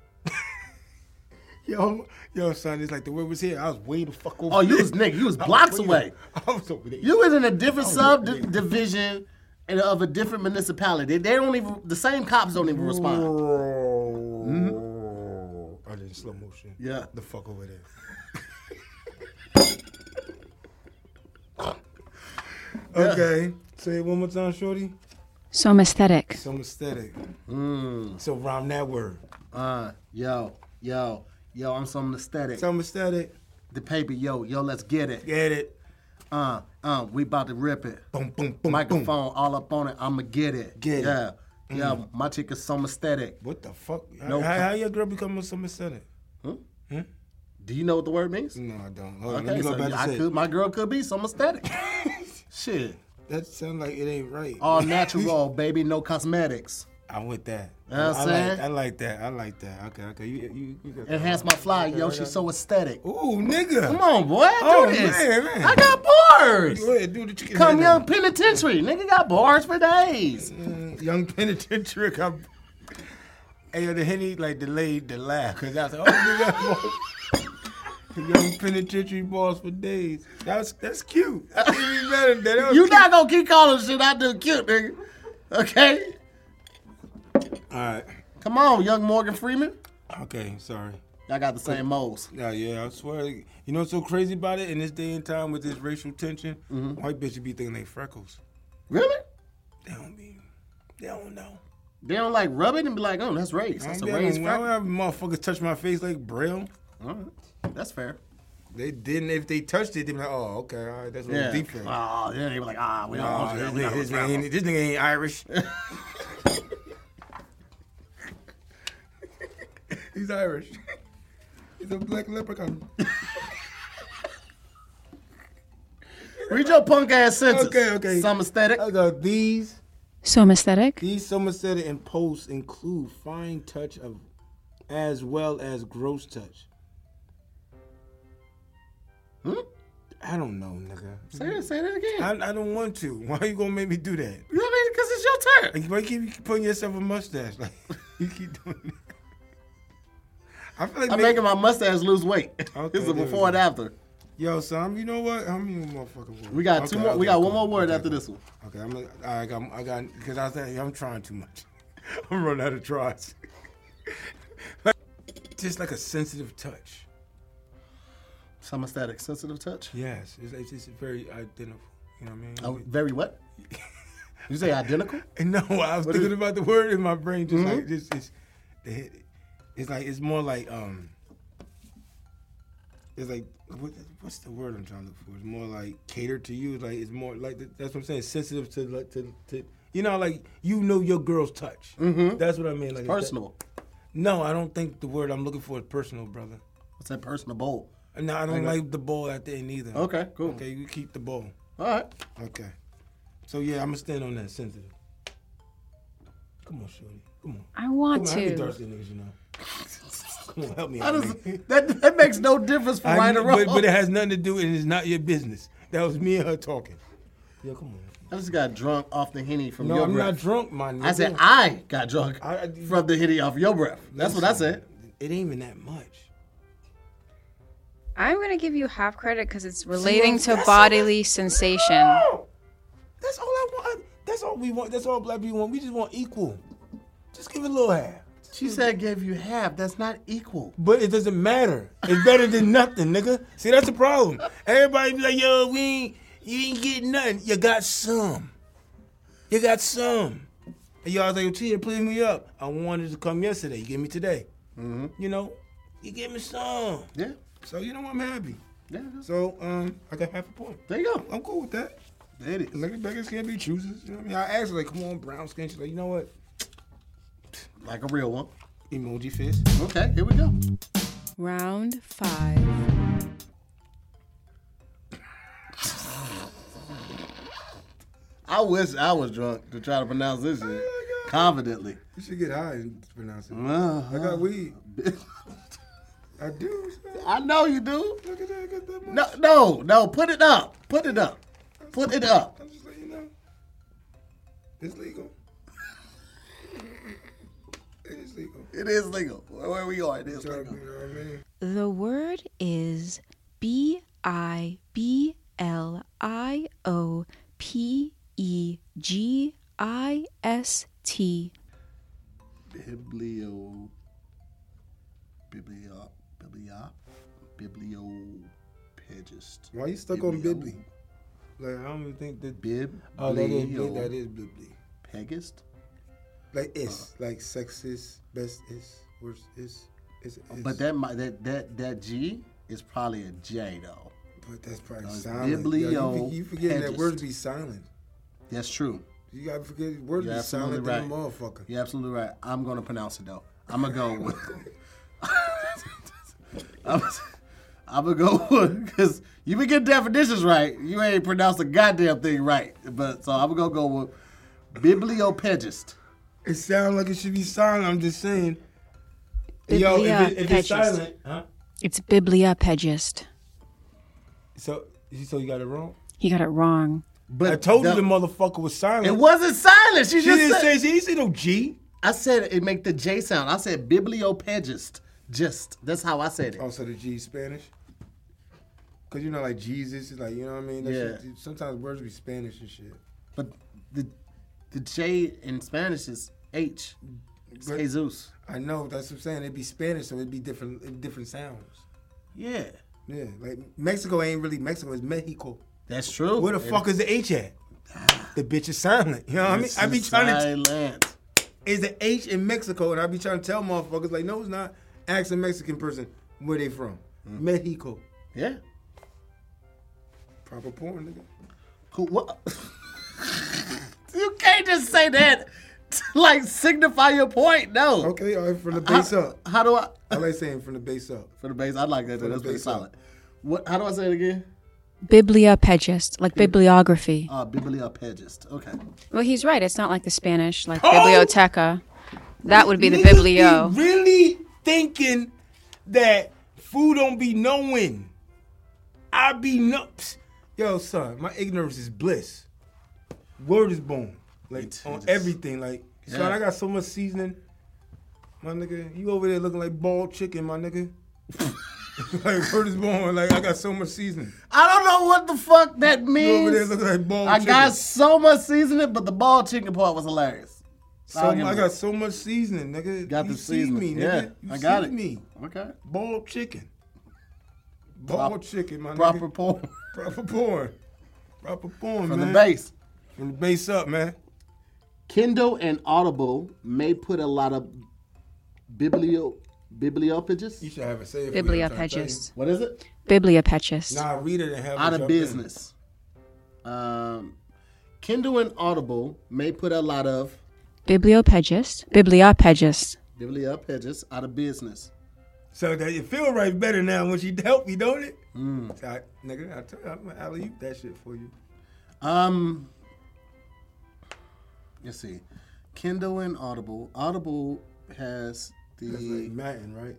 yo, yo, son, it's like the word was here. I was way the fuck over Oh, you there. was nigga. You was I was blocks way- away. I was over there. You was in a different sub Oh, yeah. division and of a different municipality. They don't even. The same cops don't even respond. Mm-hmm. I did in slow motion. Yeah. The fuck over there. okay. Say it one more time, Shorty. Some aesthetic. Some aesthetic. Hmm. So rhyme that word. Uh, yo, yo, yo. I'm some aesthetic. Some aesthetic. the paper, yo, yo. Let's get it. Get it. Uh, uh. We about to rip it. Boom, boom, boom, boom. Microphone all up on it. I'ma get it. Get it. Mm. yeah. Yeah, my chick is some aesthetic. What the fuck? No. How, how your girl become a some aesthetic? Do you know what the word means? No, I don't. Hold on, Mm, Okay, let me go so back to I say. could, my girl could be some aesthetic. Shit, That sounds like it ain't right. all natural, baby, no cosmetics. I'm with that. know what I, I'm saying? like, I like that. I like that. Okay, okay. You, you, you got Enhance my fly, yo, she's so aesthetic. Ooh, nigga. Come on, boy, do Oh, this. man, man. I got bars. Go ahead, do the chicken. Come head young penitentiary, nigga got bars for days. down. Mm, Young penitentiary. Come. Hey, yo, the henny like delayed the laugh because I was like, oh, nigga. Young penitentiary balls for days. That's that's cute. That's even better than that. that. was You cute. not gonna keep calling shit out there cute, nigga. Okay, All right. come on, young Morgan Freeman. Okay. Sorry. Y'all got the same moles. Yeah, yeah, I swear. You know what's so crazy about it in this day and time with this racial tension? Mm-hmm. White bitches be thinking they freckles. Really? They don't be. They don't know. They don't like rub it and be like, oh, that's race. That's That's a I, don't race. be- I don't have motherfuckers touch my face like Braille. That's fair. They didn't. If they touched it, they be like, oh, okay, all right, that's a little Yeah. defect. Oh, yeah. They were like, ah, we don't Nah, want you. this, We nigga- don't this, want nigga you. ain't, this nigga ain't Irish. He's Irish. He's a black leprechaun. Read your punk ass sentence. Okay, okay. Some aesthetic. I got these. Some aesthetic. These Somerset and posts include fine touch of, as well as gross touch. Hmm? I don't know, nigga. Say that, say that again. I, I, I don't want to. Why you gonna make me do that? you know what I mean? Because it's your turn. Like, why you keep putting yourself a mustache? Like you keep doing that. I feel like I'm make- making my mustache lose weight. Okay, this is a there we before and go. after. yo, son. You know what? How many more fucking words? We got two Okay, more. we okay, got one cool. more word Okay, after cool. this one. Okay, I'm. gonna- I got. I got. Because I was. like, I'm trying too much. I'm running out of tries. Just like a sensitive touch. Some aesthetic, sensitive touch. Yes, it's, it's, it's very identical. You know what I mean? Oh, very what? You say identical? And no, I was What is- thinking Mm-hmm. about the word in my brain. Just like just, it's, it, it's like it's more like um, it's like what, what's the word I'm trying to look for? It's more like cater to you. Like it's more like that's what I'm saying. Sensitive to like to, to you know like you know your girl's touch. That's what I mean. Like Mm-hmm. it's that- Personal. no, I don't think the word I'm looking for is personal, brother. What's that personal bowl? No, I don't like the ball at the end either. Okay, cool. Okay, you keep the ball. All right. Okay. So yeah, I'm gonna stand on that sensitive. Come on, Shorty. Come on. I want Come on, how many dark to. skin niggas you know? Come on, help me That, out. is, nigga. that, that makes no difference for I right knew- or wrong. But, but it has nothing to do, and it's not your business. That was me and her talking. Yo, come on. I just got drunk off the henny from No, your I'm breath. not drunk, my nigga. I said I got drunk I- I- from the henny off your breath. That's what I said. It ain't even that much. I'm gonna give you half credit because it's relating to bodily sensation. No! That's all I want. That's all we want. That's all black people want. We just want equal. Just give it a little half. She said I gave you half. That's not equal. But it doesn't matter. It's better than nothing, nigga. See, that's the problem. Everybody be like, yo, we ain't, you ain't getting nothing. You got some. You got some. And y'all was like, Tia, please me up. I wanted to come yesterday. You gave me today. Mm-hmm. You know, you gave me some. Yeah. So, you know, I'm happy. Yeah. So, um, I got half a point. There you go. I'm cool with that. There it is. Nigga, beggars can't be choosers. You know what I mean? I asked her, like, come on, brown skin. She's like, you know what? Like a real one. Emoji fist. Okay, here we go. Round five. I wish I was drunk to try to pronounce this Oh shit confidently. You should get high and pronounce it. I Uh-huh. got weed. I do. son. I know you do. Look at that. I got that much. No, no, no. Put it up. Put it up. Put it up. I'm just letting you know. It's legal. It is legal. It is legal. Where where we are, it is You know what I legal. mean? The word is B I B L I O P E G I S T. Biblio. Biblia. Biblia. Bibliopegist. Why you stuck on Bibli? Like I don't even think that. Bib. Oh, that is that is Bibli. Pegist? Like is like sexist, best is, worst is, is. is. But that, mi- that that that G is probably a J though. But that's probably it's silent. Yo, you, biblio- for- you forgetting that pedist. words be silent. That's true. You gotta forget words You're be absolutely silent than a right. motherfucker. You're absolutely right. I'm gonna pronounce it though. I'm gonna go with. I'm, I'm gonna go with because you been getting definitions right. You ain't pronounced a goddamn thing right. But so I'm gonna go with bibliopegist. It sounds like it should be silent. I'm just saying. Yo, if, it, if Bibliopegist. it's silent, huh? It's bibliopegist. So, so you got it wrong? He got it wrong. But I told the- you the motherfucker was silent. It wasn't silent. She, she just didn't said, say she didn't say no G. I said it make the J sound. I said bibliopegist. Just that's how I said it. Also, Oh, the G is Spanish. Cause you know, like Jesus is like you know what I mean. That Yeah. shit- sometimes words be Spanish and shit. But the the J in Spanish is H. It's But- Jesus. I know that's what I'm saying. It'd be Spanish, so it'd be different, it'd be different sounds. Yeah, Yeah, like Mexico ain't really Mexico. It's Mexico. that's true. Where the fuck is the H at? The bitch is silent. You know what I mean? I be trying to. Silent. Is the H in Mexico? And I be trying to tell motherfuckers like, no, it's not. Ask a Mexican person where they from. Mm. Mexico. Yeah. Proper porn, nigga. Cool. What? you can't just say that to, like signify your point. No. Okay, all right, from the Uh, base how, up. How do I? I like saying from the base up. For the base, I like that. Though. the That's pretty base up. solid. What? How do I say it again? Bibliopegist, like bibliography. Uh, bibliopegist. Okay. Well, he's right. It's not like the Spanish, like biblioteca. That would be the Niggas biblio. Be really thinking that food don't be knowing. I be nuts. Yo, son, my ignorance is bliss. Word is born. Like It on is. everything. Like, son, Yeah. I got so much seasoning. My nigga, you over there looking like bald chicken, my nigga. like word is born. Like I got so much seasoning. I don't know what the fuck that You over there means. looking like bald I chicken. got so much seasoning, but the bald chicken part was hilarious. so give mu- I it. got so much seasoning, nigga. Got you the see seasoning. me, Yeah, nigga. You I got see it. me. Okay. Bald chicken. Bald Prop- chicken, my Proper nigga. porn Proper porn. Proper porn, from man. the base. From the base up, man. Kindle and Audible may put a lot of biblio You bibliopagists. should have a say. Bibliopegist. What is it? Bibliopegist. Nah, read it and have Out it of jump in. business. Um, Kindle and Audible may put a lot of Bibliopegist. Bibliopegist. bibliopagists out of business. So that you feel right better now when she helped me, don't it? Mm. I, nigga, I tell you, I'm gonna alley oop that shit for you. Um, let's see. Kindle and Audible. Audible has the That's like Latin, right?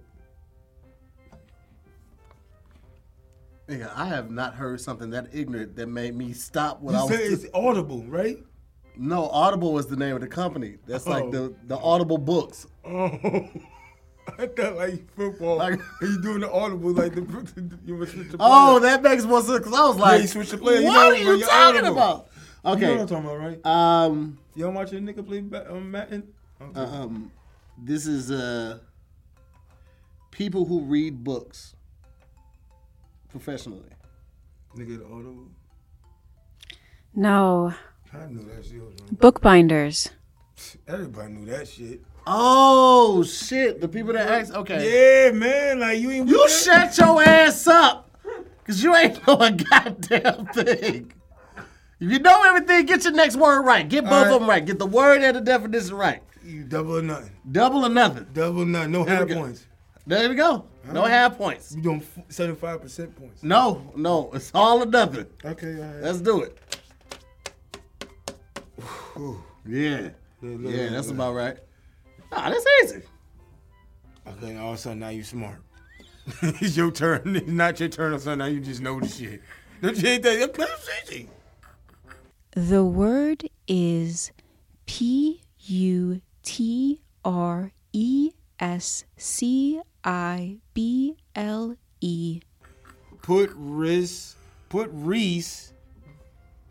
Yeah, I have not heard something that ignorant that made me stop what I You was. said it's audible, right? no, Audible was the name of the company. That's like the the Audible books. Oh. I thought like football. Like- and you doing the audible like the you would switch the Oh, player. that makes more sense because I was like, you switch the player, you know, what are when you you're talking Audible." about? You know what Okay, I'm talking about, right? um, you don't watch a nigga play ba- um, Madden? Okay. um, this is uh, people who read books professionally. Nigga the audible. No. I knew that shit was wrong. Bookbinders. Everybody knew that shit. Oh shit! The people that ask, okay, Yeah, man. Like you ain't you with that? shut your ass up, cause you ain't know a goddamn thing. If you know everything, get your next word right. Get both of them right. Get the word and the definition right. You double or nothing. Double or nothing. Double or nothing. No half we go. points. There we go. No half points. You doing seventy five percent points. No, no, it's all or nothing. Okay, all right. Let's do it. Yeah. Yeah, that's about right. Nah, that's easy. Okay, all of a sudden now you smart. it's your turn. It's not your turn. All of a sudden now you just know the shit. Don't you hate that? That's easy. The word is P U T R E S C I B L E. Put Reese. Put Reese.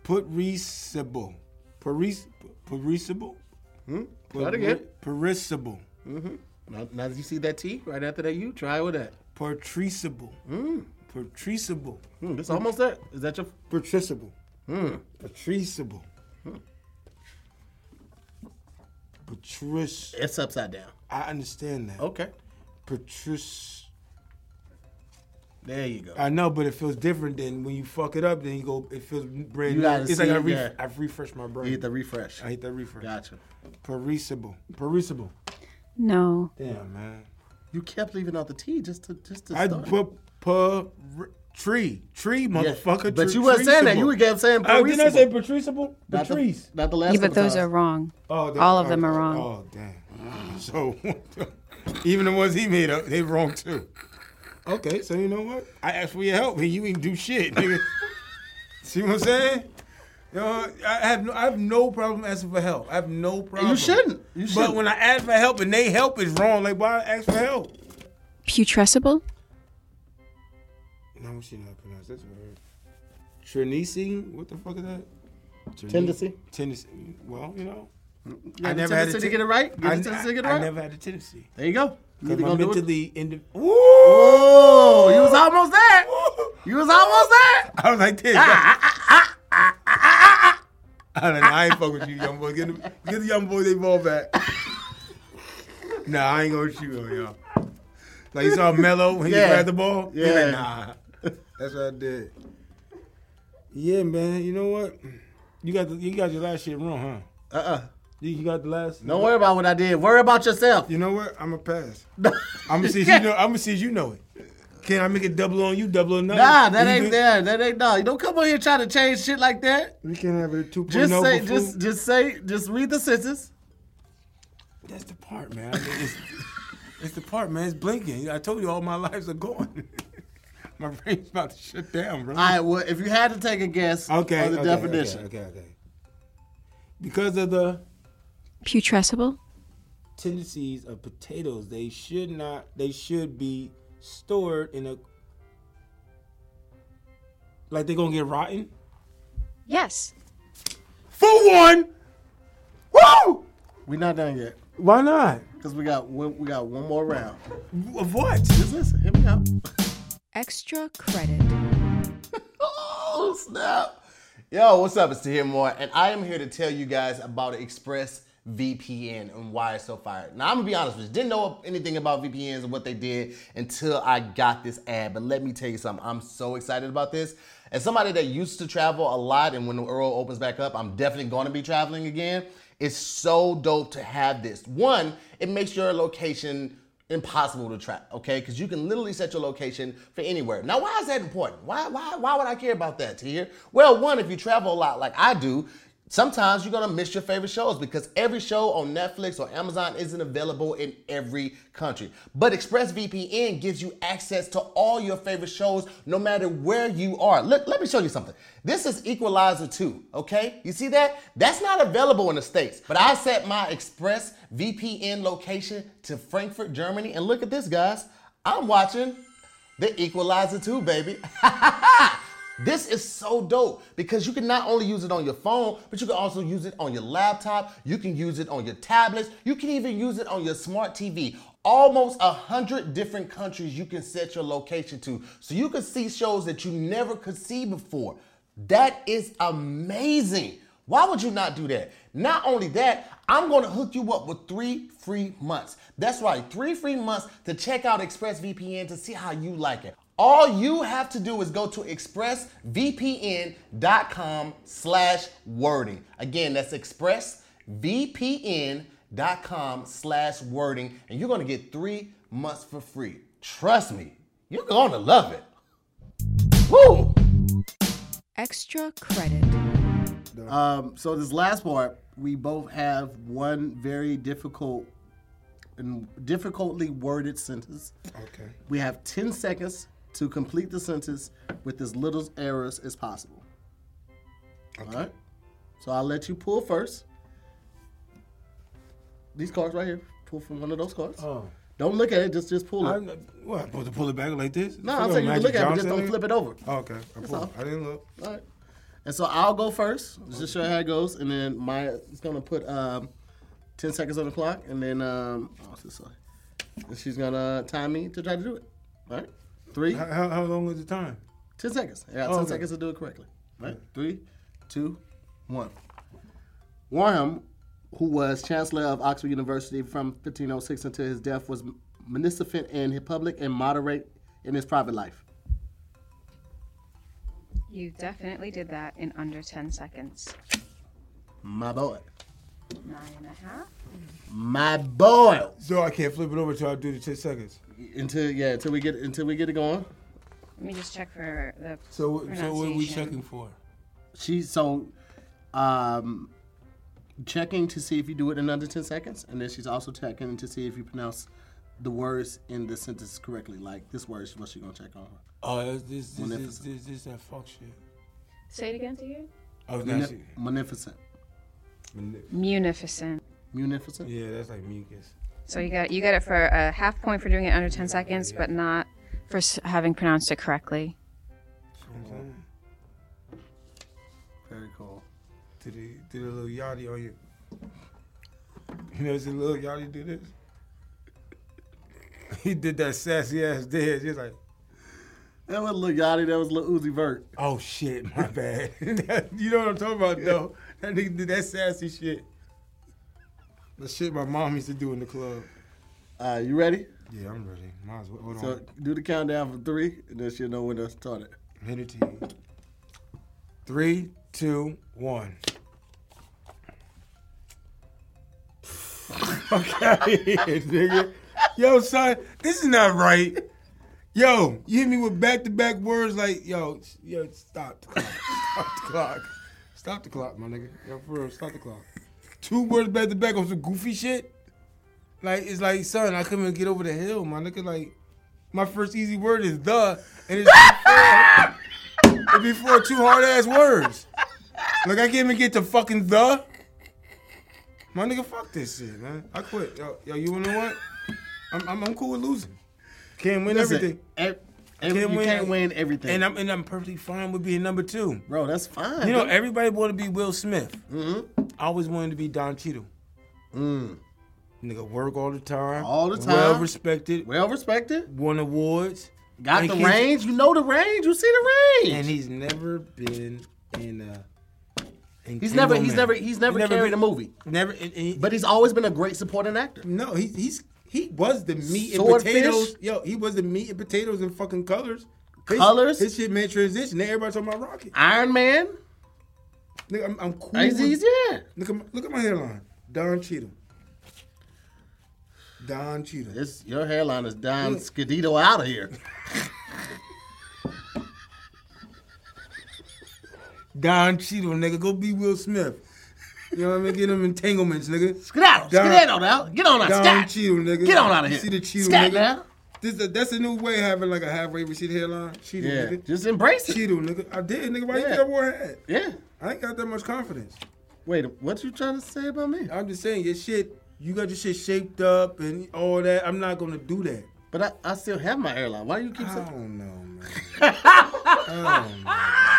Put Reeseable. Paris. Parisable. Hmm. Try it again. Parisable. Now, now that you see that T right after that U, try with that. Patriceable. Patriceable. Hmm, it's almost that. Is that your Patriceable. Hmm. Patriceable. Patrice. it's upside down. I understand that. Okay. Patrice. There you go. I know, but it feels different than when you fuck it up. Then you go, it feels brand You new. gotta It's like see I it, re- yeah. I've refreshed my You brain. hit the refresh. I hate that refresh. Gotcha. Perishable. Perishable. No. Damn, man. You kept leaving out the T just to just to I start. put per tree. Tree, Yeah, motherfucker. But Tr- you weren't saying that. treeseable. You were kept saying Oh, didn't I say Parisable. Patriceable? Not the- Patrice. Not the last Yeah, but couple those times. are wrong. Oh, that- All of oh, them are oh, wrong. Oh, damn. So, even the ones he made up, they wrong too. Okay, so you know what? I asked for your help and you didn't do shit, nigga. See what I'm saying? You know, I have no, I have no problem asking for help. I have no problem. shouldn't. You But shouldn't. when I ask for help and they help is wrong, like why ask for help? Putrescible? No, she not pronounced this word. Trinisi, what the fuck is that? Trini- Tendency. Tennessee. Well, you know, You have the tendency to ten- get it right. You I, have the tendency to get it I right. never had a tendency. There you go. You Cause either my gonna do it- mentally indi- Ooh! Oh, you was almost there. You was almost there. I was like this. ah, I, don't know, I ain't fuck with you, young boy. Get, him, get the young boy they ball back. nah, I ain't gonna shoot him, y'all. Like you saw Mello when Yeah. he grabbed the ball. He Yeah. Like, nah, that's what I did. Yeah, man. You know what? You got the, you got your last shit wrong, huh? Uh uh-uh. uh. You, you got the last. do not worry about what I did. Worry about yourself. You know what? I'm a pass. I'm gonna see if you know. I'm gonna see if you know it. Can I make a double on you? Double or nothing? Nah, that You ain't do- there. That ain't no. You don't come on here trying to change shit like that. We can have a two point oh Just say, before. just, just say, just read the sentence. That's the part, man. I mean, it's, it's the part, man. It's blinking. I told you all my lives are gone. my brain's about to shut down, bro. All right. Well, if you had to take a guess okay. on the okay, definition, Okay, okay, okay. Because of the Putrescible? tendencies of potatoes, they should not. They should be stored in a. Like they're gonna get rotten. Yes. For one. Woo! we're not done yet Why not? because we got one, we got one more round. Of what? Just listen. Hear me out. Extra credit. Oh snap! Yo, what's up? It's Tahir Moore, and I am here to tell you guys about Express VPN and why it's so fire. Now, I'm gonna be honest with you, didn't know anything about VPNs and what they did until I got this ad. But let me tell you something, I'm so excited about this. As somebody that used to travel a lot, and when the world opens back up, I'm definitely gonna be traveling again. It's so dope to have this. One, it makes your location impossible to track, okay? Because you can literally set your location for anywhere. Now, why is that important? Why, why, why would I care about that, Tahir? Well, one, if you travel a lot like I do, Sometimes you're gonna miss your favorite shows because every show on Netflix or Amazon isn't available in every country. But ExpressVPN gives you access to all your favorite shows no matter where you are. Look, let me show you something. This is Equalizer 2, okay? You see that? That's not available in the States. But I set my ExpressVPN location to Frankfurt, Germany, and look at this, guys. I'm watching the Equalizer 2, baby. this is so dope because you can not only use it on your phone, but you can also use it on your laptop. You can use it on your tablets. You can even use it on your smart TV. Almost a hundred different countries you can set your location to, so you can see shows that you never could see before. That is amazing. Why would you not do that? Not only that, I'm going to hook you up with three free months. That's right, three free months to check out ExpressVPN to see how you like it. All you have to do is go to expressvpn.com slash wording. Again, that's expressvpn.com slash wording, and you're going to get three months for free. Trust me, you're going to love it. Woo! Extra credit. Um, so this last part, we both have one very difficult and difficultly worded sentence. Okay. We have 10 seconds to complete the sentence with as little errors as possible. All right? So I'll let you pull first. These cards right here. Pull from one of those cards. Oh. Don't look at it. Just just pull it. I'm, what, I'm supposed to pull it back like this? no, I'm saying you can look at it, but just don't flip it over. Oh, okay. I, pulled. all. I didn't look. All right. And so I'll go first. Just show how it goes, and then Maya is gonna put um, ten seconds on the clock, and then um, oh, it's this way. And she's gonna time me to try to do it. All right, three, How, how, how long is the time? ten seconds. I got ten seconds to do it correctly. All Oh, right, three, two, one. Warham, who was chancellor of Oxford University from 1506 until his death, was munificent in his public and moderate in his private life. You definitely did that in under 10 seconds. My boy, Nine and a half. my boy. So I can't flip it over until I do the 10 seconds. Until yeah, until we get until we get it going. Let me just check for the. So, what- so what are we Pronunciation. checking for? She so um checking to see if you do it in under 10 seconds and then she's also checking to see if you pronounce the words in the sentence correctly. Like this word is what she's gonna check on her. Oh, that's- this, this, this, this, this, that fuck shit. Say it again to you. Oh, Muni- that's it. Munificent. Munificent. Munificent? Yeah, that's like mucus. So you got you got it for a half point for doing it under 10 seconds, but not for s- having pronounced it correctly. You know what I'm Oh. saying? Very cool. Did the, did a little yachty on you. You know, see little yachty do this. he did that sassy ass dance. He's like, That was Lil Yachty, that was Lil Uzi Vert. oh shit, my bad. you know what I'm talking about though. That nigga did that sassy shit. The shit my mom used to do in the club. Uh you ready? Yeah, I'm ready. Might as well. Hold So on. do the countdown from three and then she'll know when to start it. Hit it to you. Three, two, one. okay, nigga. Yo, son, this is not right. Yo, you hit me with back to back words like, yo, s- yo, stop the clock. Stop the clock. Stop the clock, my nigga. Yo, for real, stop the clock. Two words back to back on some goofy shit. Like, it's like, son, I couldn't even get over the hill, my nigga. Like, my first easy word is the, and it's it be four two hard ass words. Like I can't even get to fucking the. My nigga, fuck this shit, man. I quit. Yo, yo you wanna know what? I'm, I'm, I'm cool with losing. Can't win Listen, everything, ev- every- Can't you win. can't win everything. and I'm and I'm perfectly fine with being number two. Bro, that's fine. You know, everybody wanted to be Will Smith. Mm-hmm. I always wanted to be Don Cheadle. Nigga, work all the time. Mm. All the time. Well respected. well respected. Won awards. Got And the he's- range. You know the range. You see the range. and he's never been in a. in He's never, Kingdom he's Man. never, he's never, carried been- a movie, Never, and, and- but he's always been a great supporting actor. no, he, he's he was the meat Swordfish? and potatoes. Yo, he was the meat and potatoes and fucking colors. His- Colors? His shit made transition. Now everybody talking about Rocket. Iron Man, Nigga, I'm, I'm cool. he's, with- he's yeah. Look at my, look at my hairline. Don Cheadle. Don Cheadle. It's, your hairline is down, Skidito out of here. Don Cheadle, nigga, go be Will Smith. You know what I mean? Get them entanglements, nigga. Skedaddle, Gone. skedaddle now. Get on out, Gone scat. Cheeto, nigga. Get on out of here. You see the Cheeto, Scat nigga. now. This, that's a new way of having like a halfway receipt hairline. Cheeto, Yeah, nigga. just embrace it. Cheeto, nigga. I did, nigga. Why you Yeah. think I wore a hat? Yeah. I ain't got that much confidence. Wait, what you trying to say about me? I'm just saying, your shit, you got your shit shaped up and all that. I'm not gonna do that. But I, I still have my airline. Why do you keep I saying? don't know, man.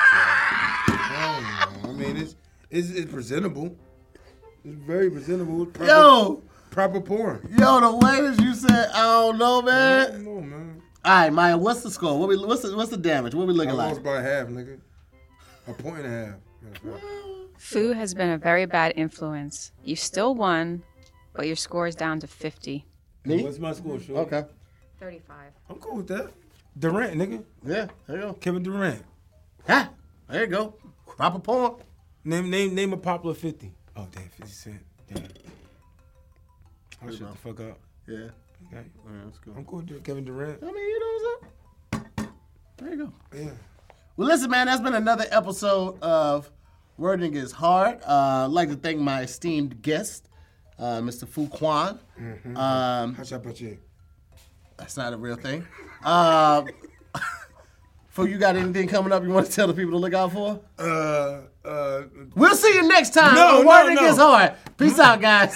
I don't know. I don't know. I mean, it's, it's it's presentable. It's very presentable. It's proper, Yo, proper porn. yo, the way that you said, I don't know, I man. don't know, man. All right, Maya, what's the score? What we what's the, what's the damage? What we I looking like? lost by half, nigga. A point and a half. matter of fact. Foo has been a very bad influence. You still won, but your score is down to 50. Me? What's my score, Shorty? Okay. 35. I'm cool with that. Durant, nigga. Yeah. There you go. Kevin Durant. Ha! There you go. Proper porn. Name name name a popular 50. Oh, damn, 50 Cent. Damn. I'll shut the fuck up. Yeah. Okay. Yeah, that's good. I'm cool with Kevin Durant. I mean, you know what I'm saying? There you go. Yeah. Well, listen, man, that's been another episode of Wording is Hard. Uh, I'd like to thank my esteemed guest, uh, Mr. Fu Quan. Um, How's about you? that's not a real thing. Um, Fu, you got anything coming up you want to tell the people to look out for? Uh, uh, We'll see you next time. No, on no, Wording no. is Hard. Peace out, guys.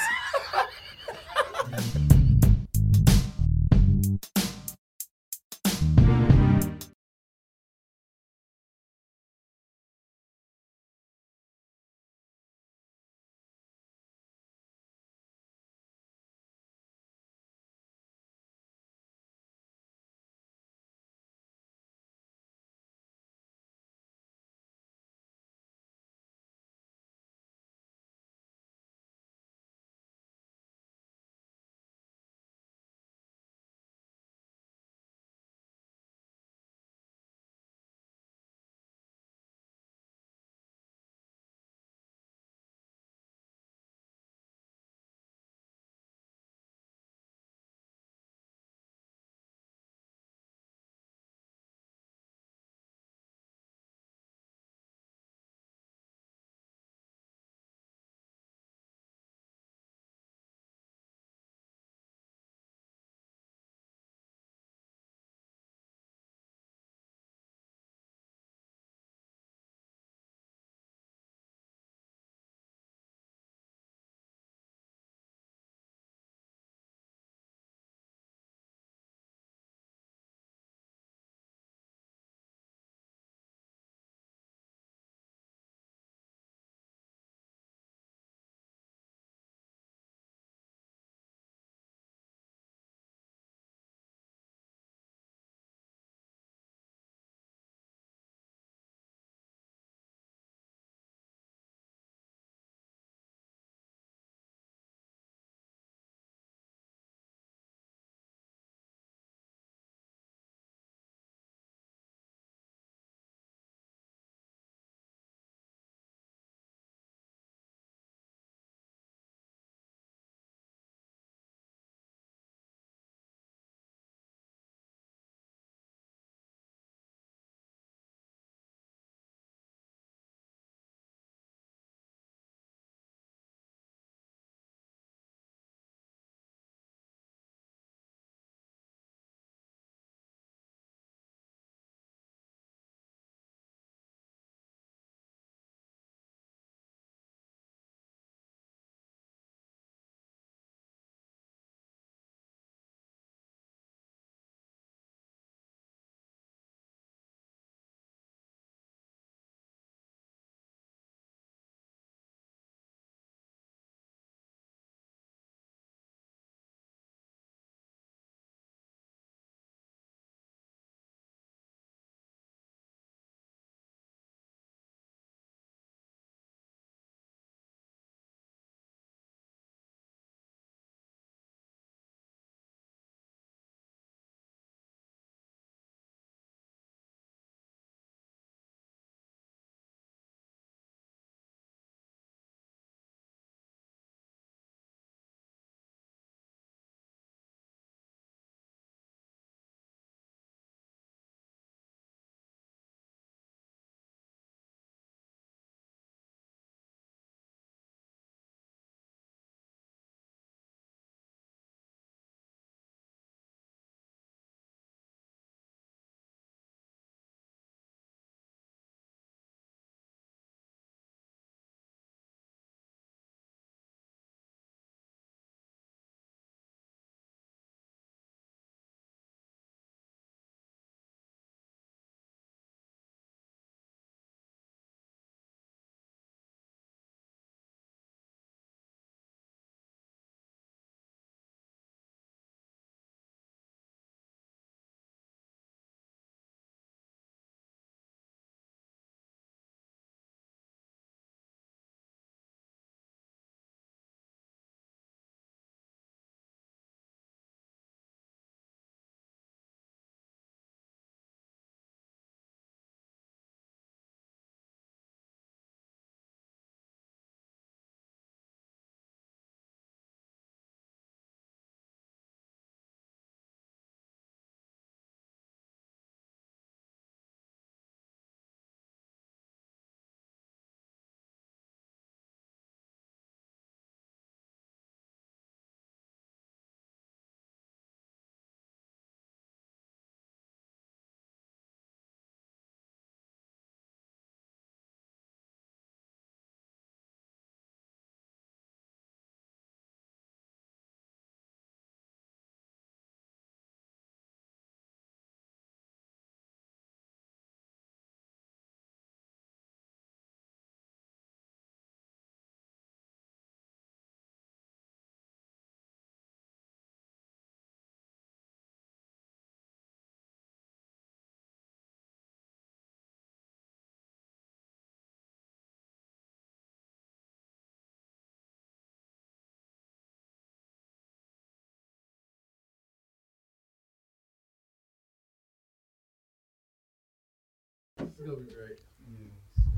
It's gonna be great.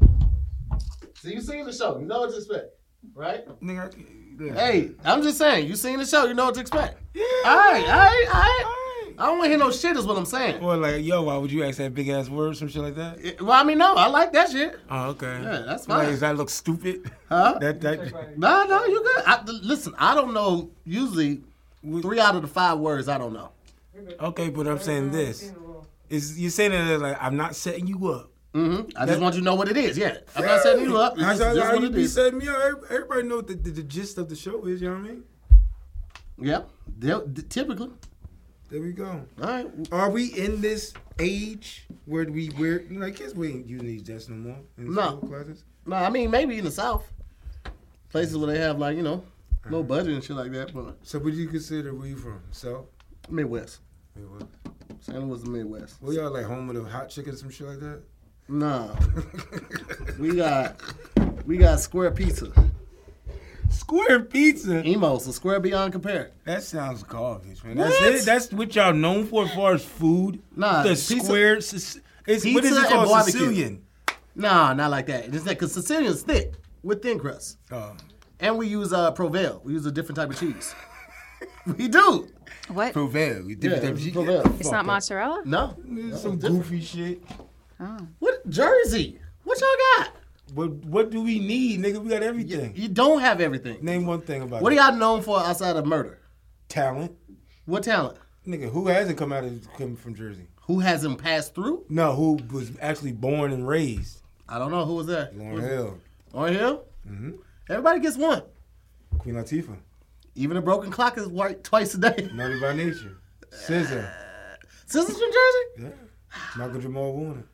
So you seen the show, you know what to expect, right? Nigga, yeah. Hey, I'm just saying, you seen the show, you know what to expect. All right, all right, all right. I don't want to hear no shit, is what I'm saying. Or like, yo, why would you ask that big ass word, some shit like that? It- Well, I mean, no, I like that shit. Oh, okay. Yeah, that's Like, fine. does that look stupid? Huh? That that. No, no, you good. I, listen, I don't know. Usually, three out of the five words I don't know. Okay, but I'm saying this. Is you're saying that like I'm not setting you up. hmm I just want you to know what it is. Yeah, I'm not setting you up. It's That's just, how, just how what you it be is. setting me up. Every- Everybody know what the, the, the gist of the show is. You know what I mean? Yep. They'll- d- typically. There we go. All right. Are we in this? Age where we wear like kids we ain't using these desks no more in No. school classes. No, I mean maybe in the South, places where they have like you know, no budget and shit like that. But So what do you consider where you from? So Midwest, wait, what? St. Louis, is the Midwest. Well, y'all like home with a hot chicken, or some shit like that. Nah, we got we got square pizza. Square pizza. Emo, so square beyond compare. That sounds garbage, man. What? That's it. That's what y'all known for as far as food. Nah, the pizza- square. Sic- It's, what is pizza it and called? barbecue. Sicilian. Nah, not like that. It's that because Sicilian's thick with thin crust. Oh. And we use uh, Provel. We use a different type of cheese. we do. What? Provel, you Yeah, different type of shit. Provel. It's not mozzarella? No. Some goofy shit. What Jersey? What y'all got? What What do we need, nigga? We got everything. You don't have everything. Name one thing about What it. are y'all known for outside of murder? talent, What talent? nigga? Who hasn't come out of come from Jersey? Who hasn't passed through? No, who was actually born and raised? I don't know. Who was that? Lauren Hill, On him? Mm-hmm. Everybody gets one. Queen Latifah, Even a broken clock is white twice a day. Naughty by Nature, Scissor, Sisters from Jersey? yeah. Michael Jamal Warner,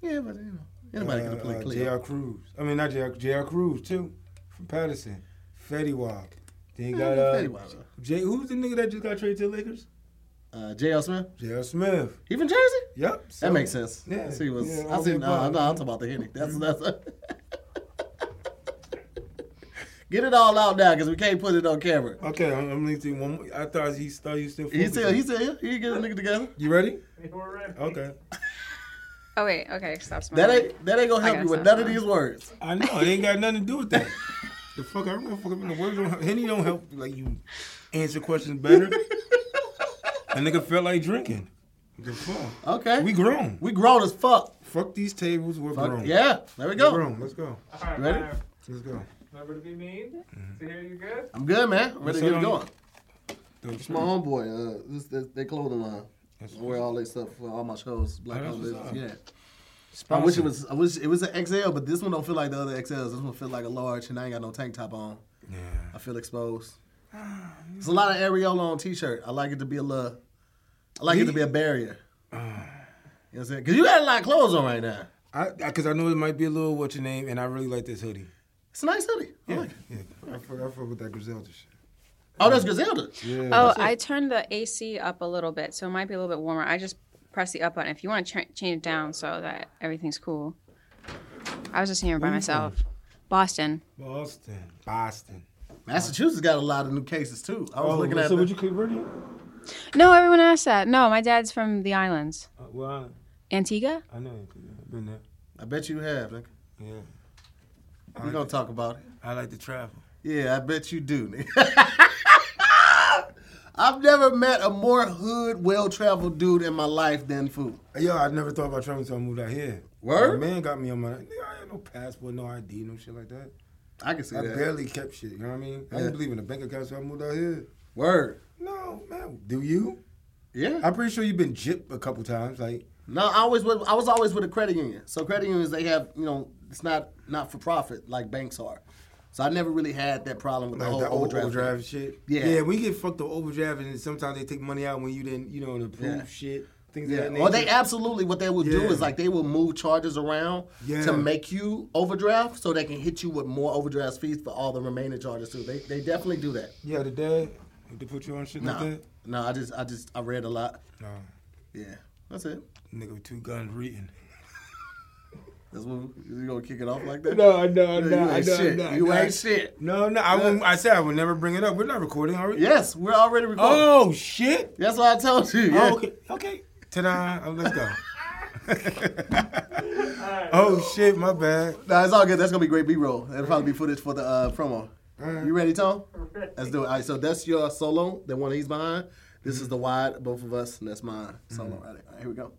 Yeah, but you know. Anybody uh, can play uh, clear. J.R. Cruz. I mean, not J.R. J.R. Cruz too, from Patterson, Fetty Wap. Then you got Fetty uh, Wap, though. J. Who's the nigga that just got traded to the Lakers? Uh, J.L. Smith? J.R. Smith. He from Jersey? Yep. That makes sense. Yeah, I see what's. yeah, I all see. the No, no, I'm above. talking about the Henny. That's that's. Mm-hmm. Get it all out now because we can't put it on camera. Okay, I'm, I'm linked to you one more. I thought he thought you still. He said, focusing. he said, he get a nigga together. You ready? Okay. Oh, wait. Okay. Stop smiling. That ain't that ain't gonna help got you with none something. of these words. I know it ain't got nothing to do with that. The fuck, I don't give a fuck about the words. Don't help. Henny don't help like you answer questions better. A nigga felt like drinking. The fuck. Okay, We we grown. we grown as fuck. Fuck these tables. We're Fuck, grown. Yeah, there we We're go. grown. Let's go. Alright, Ready? alright. Let's go. Remember to be mean. So here you good? I'm good, man. Ready to What's get it on? going. Dope It's my homeboy. Uh, this, this they clothing line. I wear all their stuff for all my shows. Black Oh, that's holidays. what's up. Yeah. I Sponsor. wish it was. I wish it was an XL, but this one don't feel like the other XLs. This one feel like a large, and I ain't got no tank top on. Yeah. I feel exposed. It's a lot of areola on t-shirt. I like it to be a little. I like it to be a barrier. You know what I'm saying? Cause you got a lot of clothes on right now. I because I, know it might be a little what's your name, and I really like this hoodie. It's a nice hoodie. I like it. Yeah. I fuck, I fuck with that Griselda shit. Oh, that's Griselda. Yeah. Oh, I turned the AC up a little bit, so it might be a little bit warmer. I just press the up button if you want to ch- change it down so that everything's cool. I was just here by myself. Boston. Boston. Boston. Massachusetts got a lot of new cases too. I was looking at. Oh, so the- would you keep reading? No, everyone asked that. No, my dad's from the islands. Uh, well, Antigua? I, I know. I've been there. I bet you have. Nigga. Yeah. We gonna talk about it. I like to travel. Yeah, I bet you do. nigga. I've never met a more hood, well-traveled dude in my life than Foo. Yo, I never thought about traveling until I moved out here. Word? My man got me on my. Nigga, I had no passport, no ID, no shit like that. I can see I that. barely kept shit. You know what I mean? I Yeah. didn't believe in a bank account, so I moved out here. Word. No, man. Do you? Yeah. I'm pretty sure you've been gypped a couple times. Like, No, I always was, I was always with a credit union. So credit unions they have you know it's not not for profit like banks are. So I never really had that problem with the like whole that old overdraft. overdraft, thing. Oh, shit. Yeah. Yeah, when you get fucked up overdraft, and sometimes they take money out when you didn't, you know, and approve Yeah. shit. Things of Yeah. that nature. Or they absolutely what they will do Yeah. is like they will move charges around Yeah. to make you overdraft so they can hit you with more overdraft fees for all the remaining charges too. They they definitely do that. Yeah, the dad. They put you on shit like No. that. No, I just I just I read a lot. No. Yeah. That's it. Nigga with two guns reading. That's what you gonna kick it off like that? No, no, You no, ain't no, shit. no, You no. ain't shit. No, no. I, won't, I said I would never bring it up. We're not recording, are we? Yes, we're already recording. Oh, shit. That's what I told you. Yeah. okay. Okay. Ta-da. Oh, let's go. Oh shit, my bad. Nah, it's all good. That's gonna be great B-roll. That'll probably be footage for the uh, promo. You ready, Tom? Let's do it. All right, so that's your solo, the one he's behind. This is the wide, both of us, and that's mine. Solo. Mm-hmm. All, right, all right, here we go.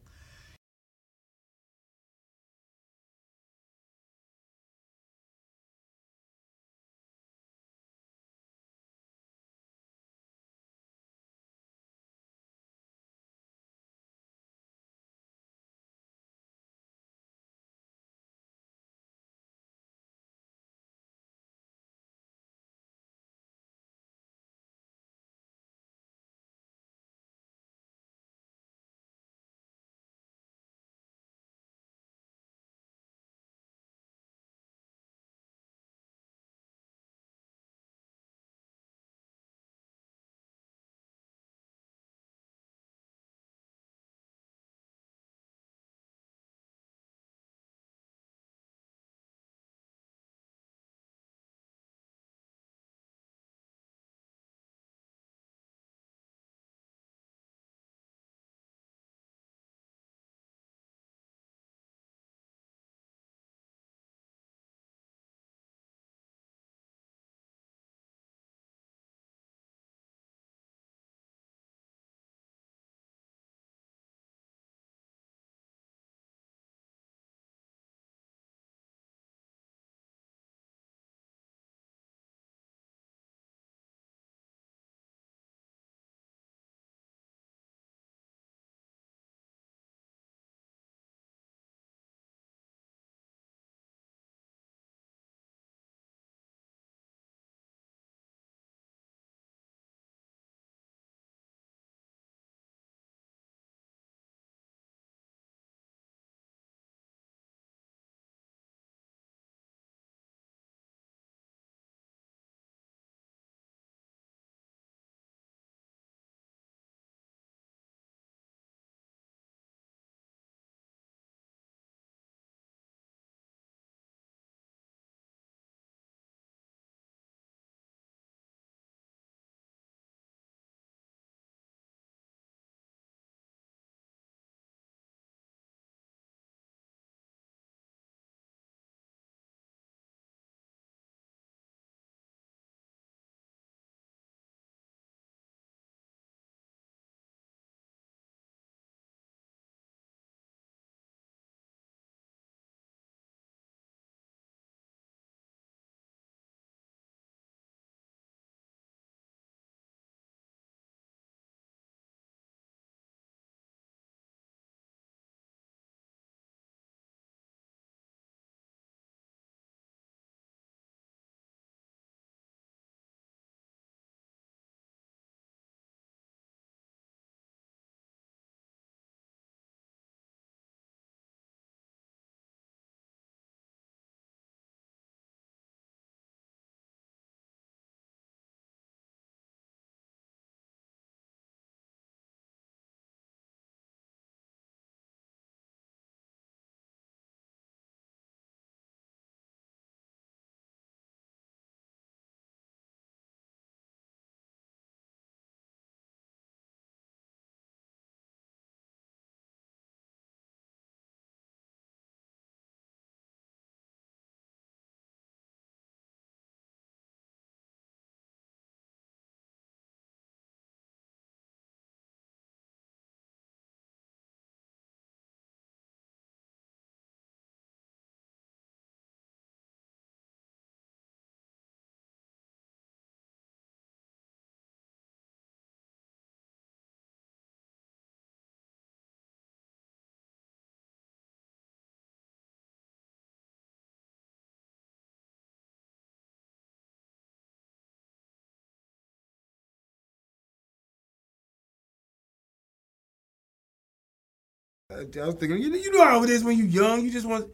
I I was thinking, you know, you know how it is when you're young. You just want,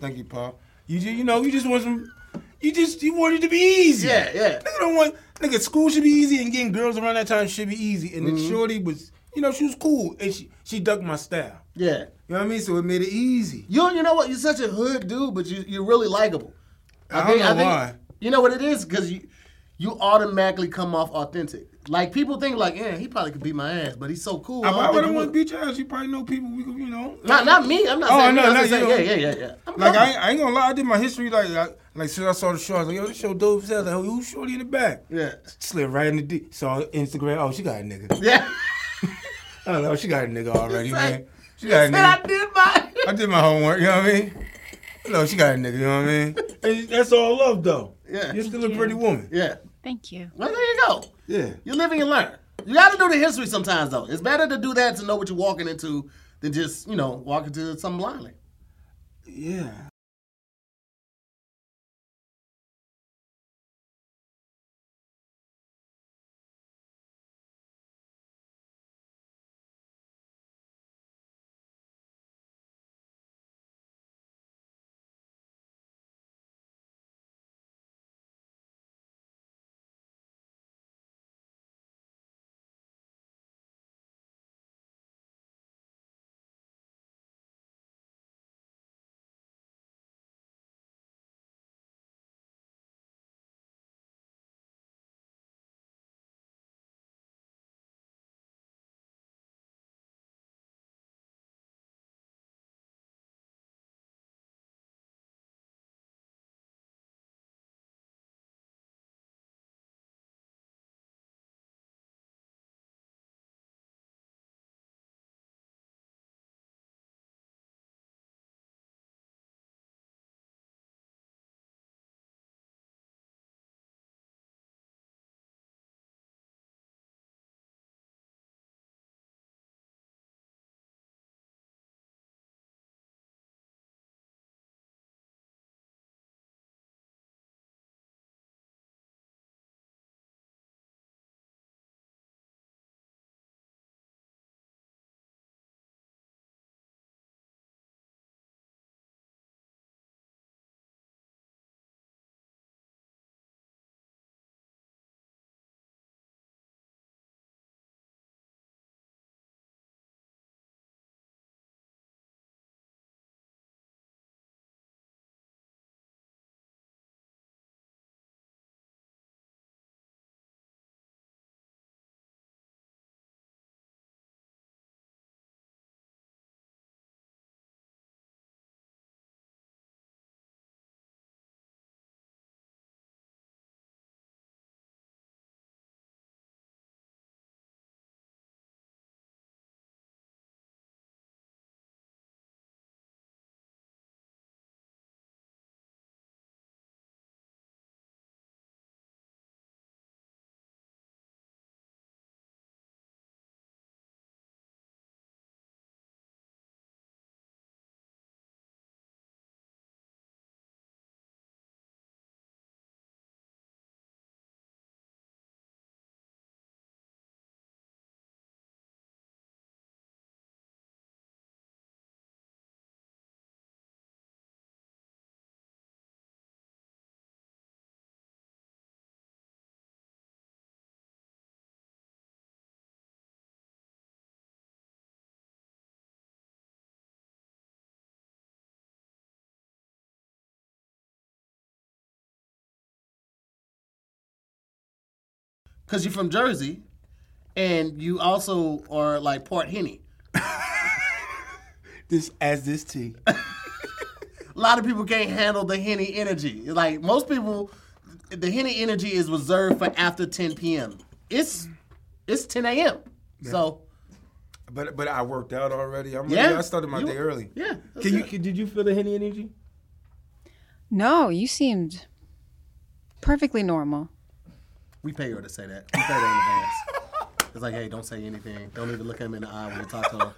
thank you, Pop. You just, you know, you just want some. You just, you want it to be easy. Yeah, yeah. Nigga don't want. Nigga, school should be easy, and getting girls around that time should be easy. And Mm-hmm. then Shorty was, you know, she was cool, and she she ducked my style. Yeah. You know what I mean? So it made it easy. You you know what? You're such a hood dude, but you you're really likable. I don't know why. You know what it is? Because you you automatically come off authentic. Like people think like, yeah, he probably could beat my ass, but he's so cool. I I don't probably think don't he want to would. beat your ass. You probably know people. We could, you know. Not, not me. I'm not Oh, saying. no, me. I'm not just saying, you. yeah, yeah, yeah, yeah. I'm Like cool. I, ain't- I ain't gonna lie, I did my history like I, like soon as I saw the show, I was like, yo, this show dope as hell. Like, who's shorty in the back? yeah, Slid right in the D. Saw Instagram. Oh, she got a nigga. yeah. I don't know. She got a nigga already, That's man. right. She got a And I nigga. did my. I did my homework. You know what I mean? No, she got a nigga. You know what I mean? And that's all love, though. Yeah. You're still a pretty woman. Yeah. Thank you. Well, there you go. Yeah. You live and you learn. You got to do the history sometimes, though. It's better to do that to know what you're walking into than just you know walk into something blindly. Yeah. Cause you're from Jersey, and you also are like part Henny. This as this tea. A lot of people can't handle the Henny energy. Like most people, the Henny energy is reserved for after 10 p.m. It's it's 10 a.m. So But but I worked out already. I'm yeah, ready. I started my You- day early. Yeah, that's Can you? it. Can, did you feel the henny energy? No, you seemed perfectly normal. We pay her to say that. We pay her in advance. It's like, hey, don't say anything. Don't even look him in the eye when you talk to him.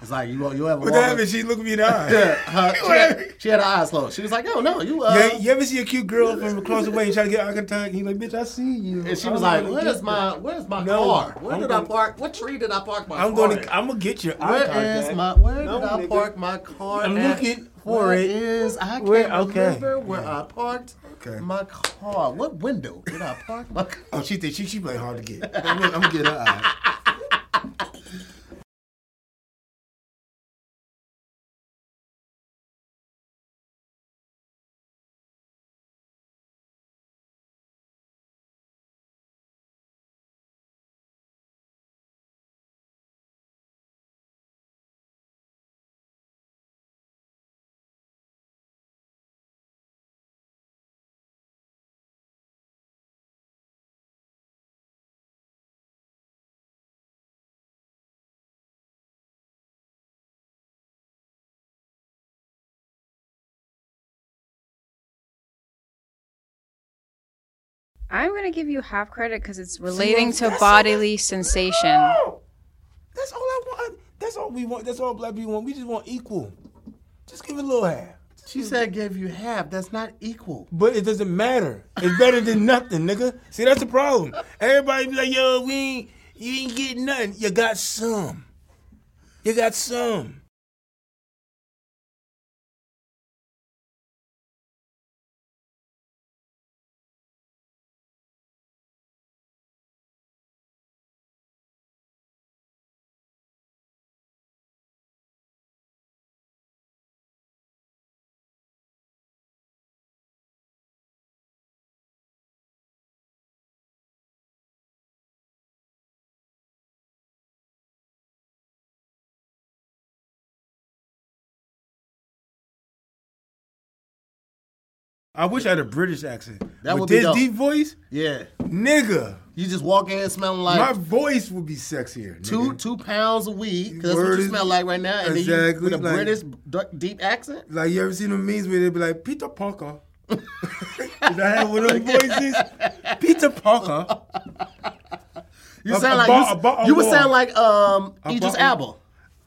It's like you you ever What walk happened? She looked me in the eye. Yeah, her- she, had, she had her eyes closed. She was like, "No, no, you." Uh, You, you ever see a cute girl from across the way and try to get eye contact? He like, bitch, I see you. And she I'm was like, gonna "Where's get my Where's my No, car? Where I'm did I gonna- park? What tree did I park my you." I'm car? gonna, at? I'm gonna get your eye Where contact. is my Where No, did I nigga. park my car? I'm at? looking for Where it. Is I can't Where- okay. remember where I parked Okay. my car. What window did I park my car? Oh, she think she she playing hard to get. I'm gonna, I'm gonna get her eye. I'm going to give you half credit because it's relating to bodily sensation. That's all I want. That's all we want. That's all black people want. We just want equal. Just give it a little half. She said, "Gave you half. That's not equal." But it doesn't matter. It's better than nothing, nigga. See, that's the problem. Everybody be like, yo, we ain't, you ain't getting nothing. You got some. You got some. I wish I had a British accent. That With would be this dope. deep voice, Yeah, nigga, you just walk in smelling like my voice would be sexier. nigga. two two pounds of weed because that's what Word you is- smell like right now, and then you, Exactly, with a like- British d- deep accent. Like you ever seen them memes where they be like Peter Parker? Did I have one of them voices? Peter Parker. You A- sound a like bar- you, a bar- a you would wall. sound like um Idris bar- Elba.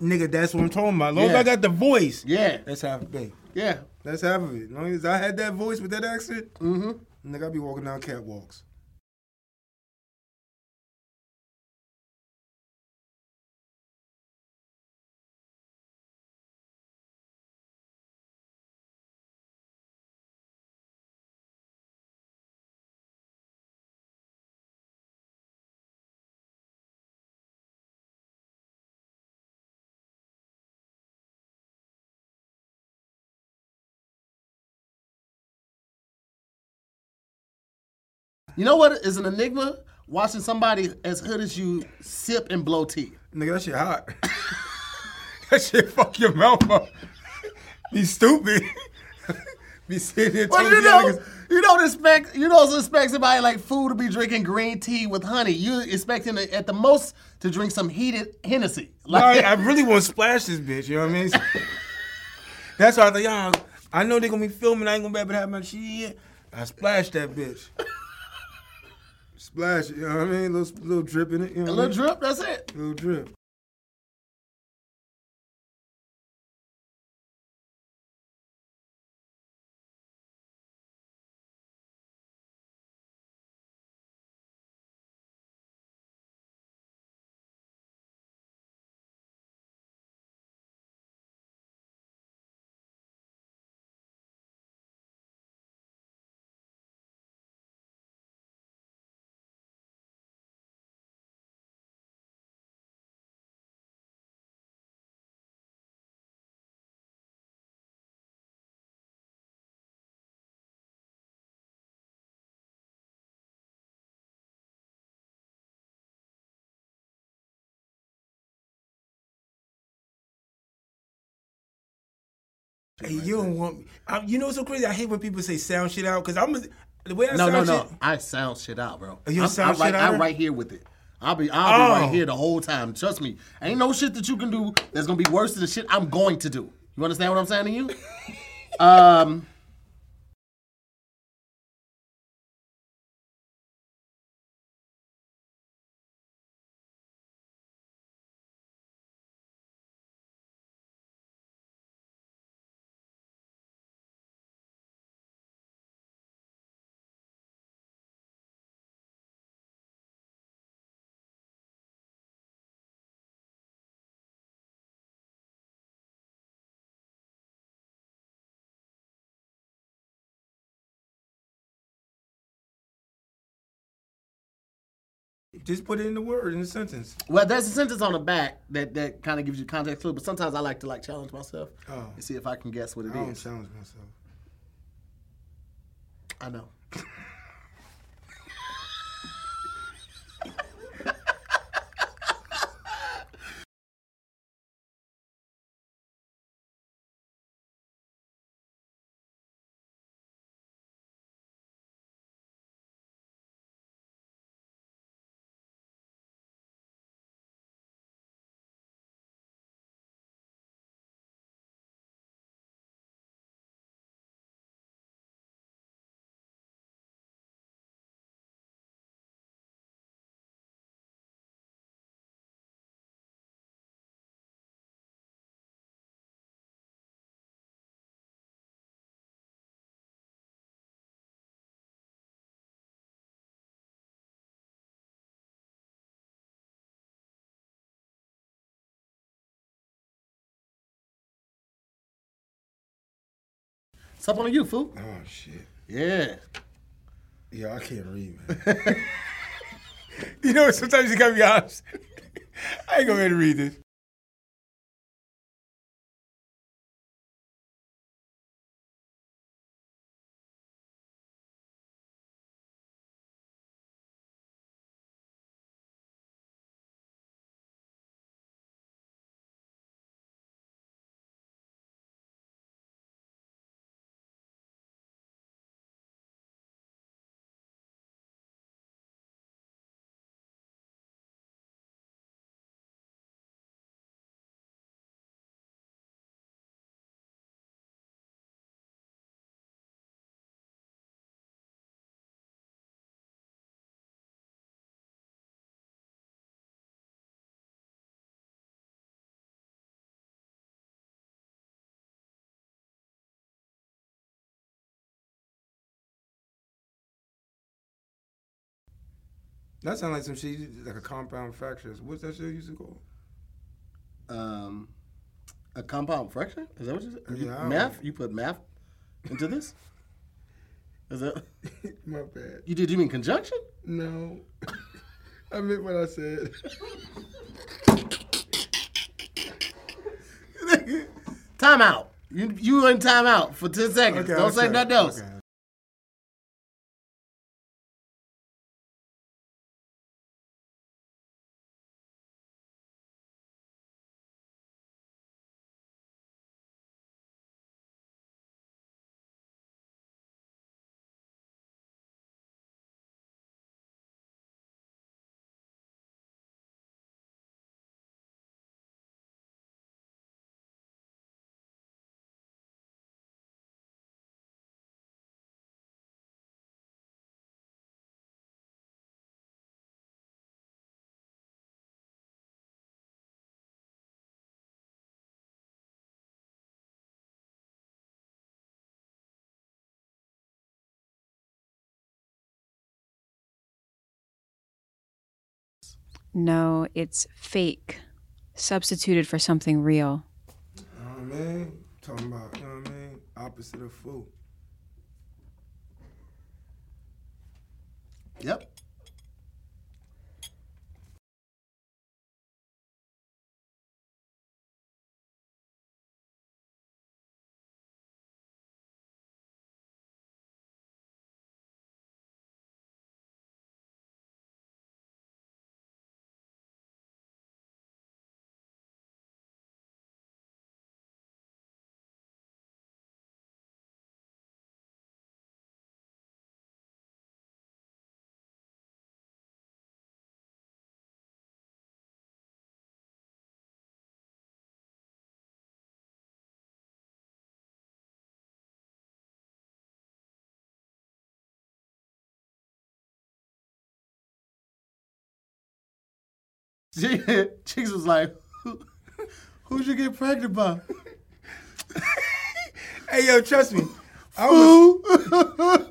Nigga, that's what I'm talking about. As long as Yeah. I got the voice. Yeah, That's half of it. yeah. That's half of it. As long as I had that voice with that accent, mm-hmm. nigga, I be walking down catwalks. You know what is an enigma? Watching somebody as hood as you sip and blow tea. Nigga, that shit hot. that shit fuck your mouth up. be stupid. be sitting there But talking you to know, niggas. you don't expect you don't expect somebody like food to be drinking green tea with honey. You expecting to, at the most to drink some heated Hennessy. All right, Like I really want to splash this bitch. You know what I mean? That's why I thought, y'all. I know they're gonna be filming. I ain't gonna be able to have my shit. I splashed that bitch. Splash it. You know what I mean? Little little drip in it. You know a what I little mean? drip. That's it. Little drip. Hey, you don't want me. I, you know what's so crazy? I hate when people say sound shit out because I'm a, the way I No, no, sound no. shit. I sound shit out, bro. You I'm, sound I'm right, shit out? I'm right here with it. I'll be, I'll be Oh. right here the whole time. Trust me. Ain't no shit that you can do that's gonna be worse than the shit I'm going to do. You understand what I'm saying to you? um. Just put it in the word in the sentence. Well, there's a sentence on the back that, that kind of gives you context clue, but sometimes I like to like challenge myself Oh. and see if I can guess what it I don't is. challenge myself. I know. It's up on you, fool. Oh shit. Yeah. Yeah, I can't read, man. You know, sometimes you gotta be honest. I ain't gonna be able to read this. That sounds like some shit you- like a compound fracture. What's that shit used to call? Um, a compound fracture? Is that what you said? You- Yeah, I don't- math? You put math into this? Is that My bad. you did? You mean conjunction? No. I meant what I said. Timeout. You you in timeout for ten seconds. Don't say nothing else. Okay. No, it's fake, substituted for something real. You know what I mean? Talking about, you know what I mean? Opposite of fool. Yep. Chicks was like, Who, "Who'd you get pregnant by?" Hey, yo, trust me. I'm a,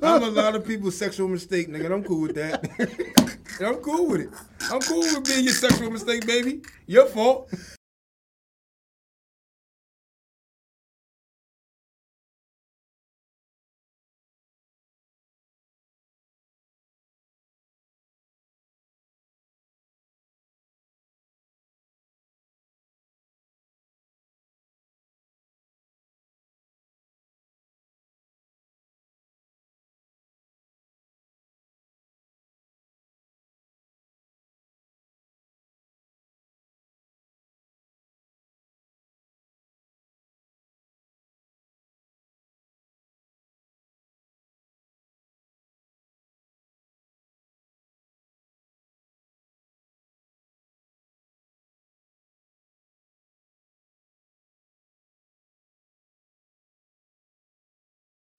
I'm a lot of people's sexual mistake, nigga. and I'm cool with that. And I'm cool with it. I'm cool with being your sexual mistake, baby. Your fault.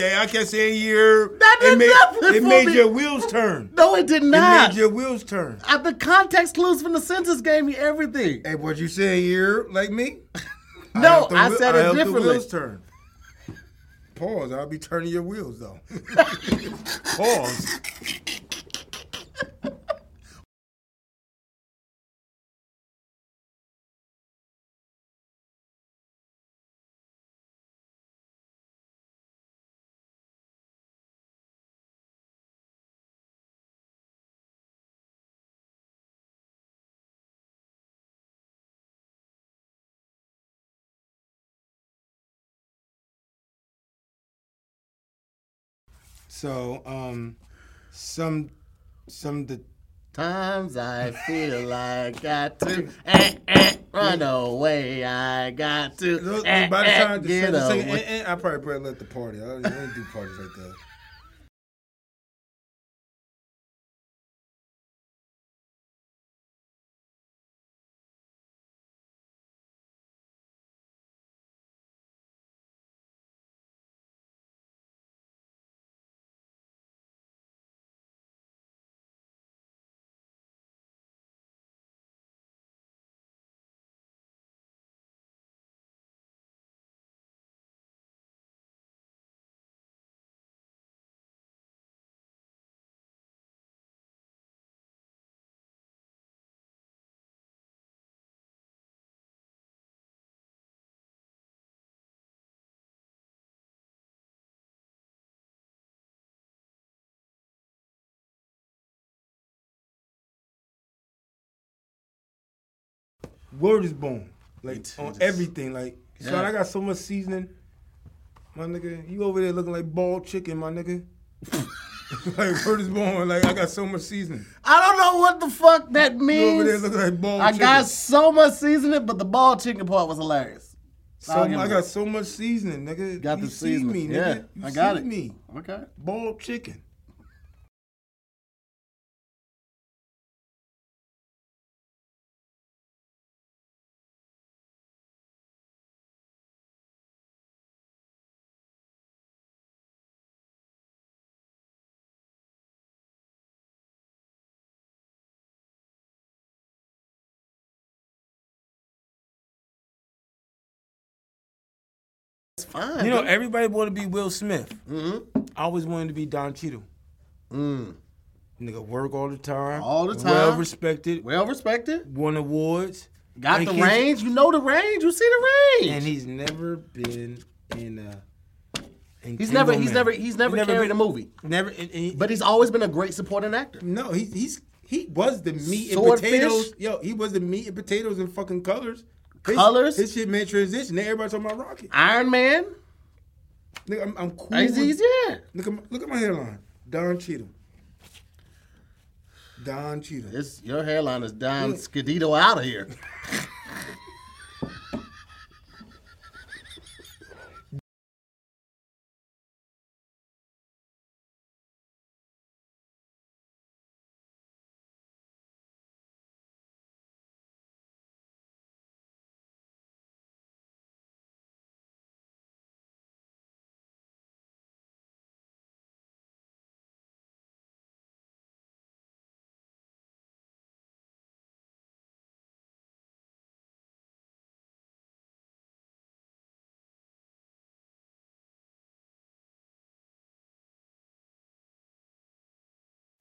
Yeah, I kept saying you're. That did it made, nothing It for made me. your wheels turn. No, it did It not. made your wheels turn. I, the context clues from the sentence gave me everything. Hey, what you saying? You're like me. no, helped the I, wheel- said I it helped The differently. wheels turn. Pause. I'll be turning your wheels though. Pause. So, um, some, some the Times I feel like got to eh, eh, run away. I got to eh, by the eh, time the get second away. second, eh, eh, I probably probably left the party. I don't, I don't do parties like that. Word is born, like It on is. everything. Like, son, Yeah. I got so much seasoning. My nigga, you over there looking like bald chicken, my nigga. like word is born. Like I got so much seasoning. I don't know what the fuck that You over there means. looking like bald I chicken. got so much seasoning, but the ball chicken part was hilarious. so I'll give I it. got so much seasoning, nigga. Got you the see seasoning. me, nigga. Yeah, you I got see it. Me, Okay. bald chicken. It's fine. You know, everybody wanted to be Will Smith. Mm-hmm. I always wanted to be Don Cheadle. Nigga, work all the time. Mm. All the time. Well respected. well respected. Won awards. Got And the he's- range. You know the range. You see the And range. he's never been in a. He's never, he's never. He's never. carried been, a movie. Never. And, and- But he's always been a great supporting actor. No, he, he's he was the meat Swordfish? and potatoes. Yo, he was the meat and potatoes and fucking colors. His- Colors? His shit made transition. Now everybody talking about Rocky. Iron Man. Nigga, I'm, I'm cool. He's, with- he's- yeah. Look at my, look at my hairline. Don Cheadle. Don Cheadle. It's, your hairline is down Skidito out of here.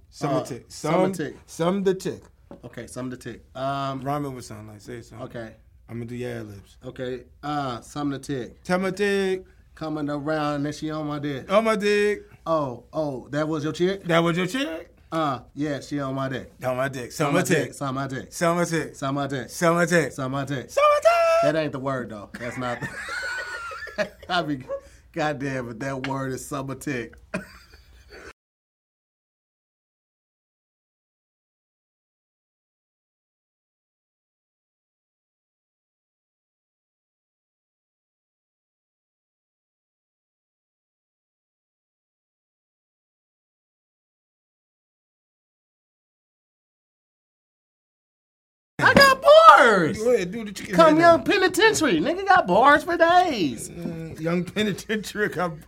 Some Uh, the tick. some Some, the the tick. tick. Some the tick. Okay, something to tick. Um, Rhyming with something like say something. okay, I'm gonna do your ad libs. okay. Uh, something to tick. Tell my dick. Coming around and she on my dick. Oh my dick. Oh, oh, that was your chick? That was your chick. Uh, yeah, she on my dick. Tell my dick. Some my dick. Some my dick. Some my dick. Some my dick. Some my dick. Some Some my dick. my dick. That ain't the word though. That's not. The... I mean, goddamn, but that word is summer tick. I got bars. Go ahead, do the chicken. Come head young penitentiary. Nigga got bars for days. down. young Mm, penitentiary. I'm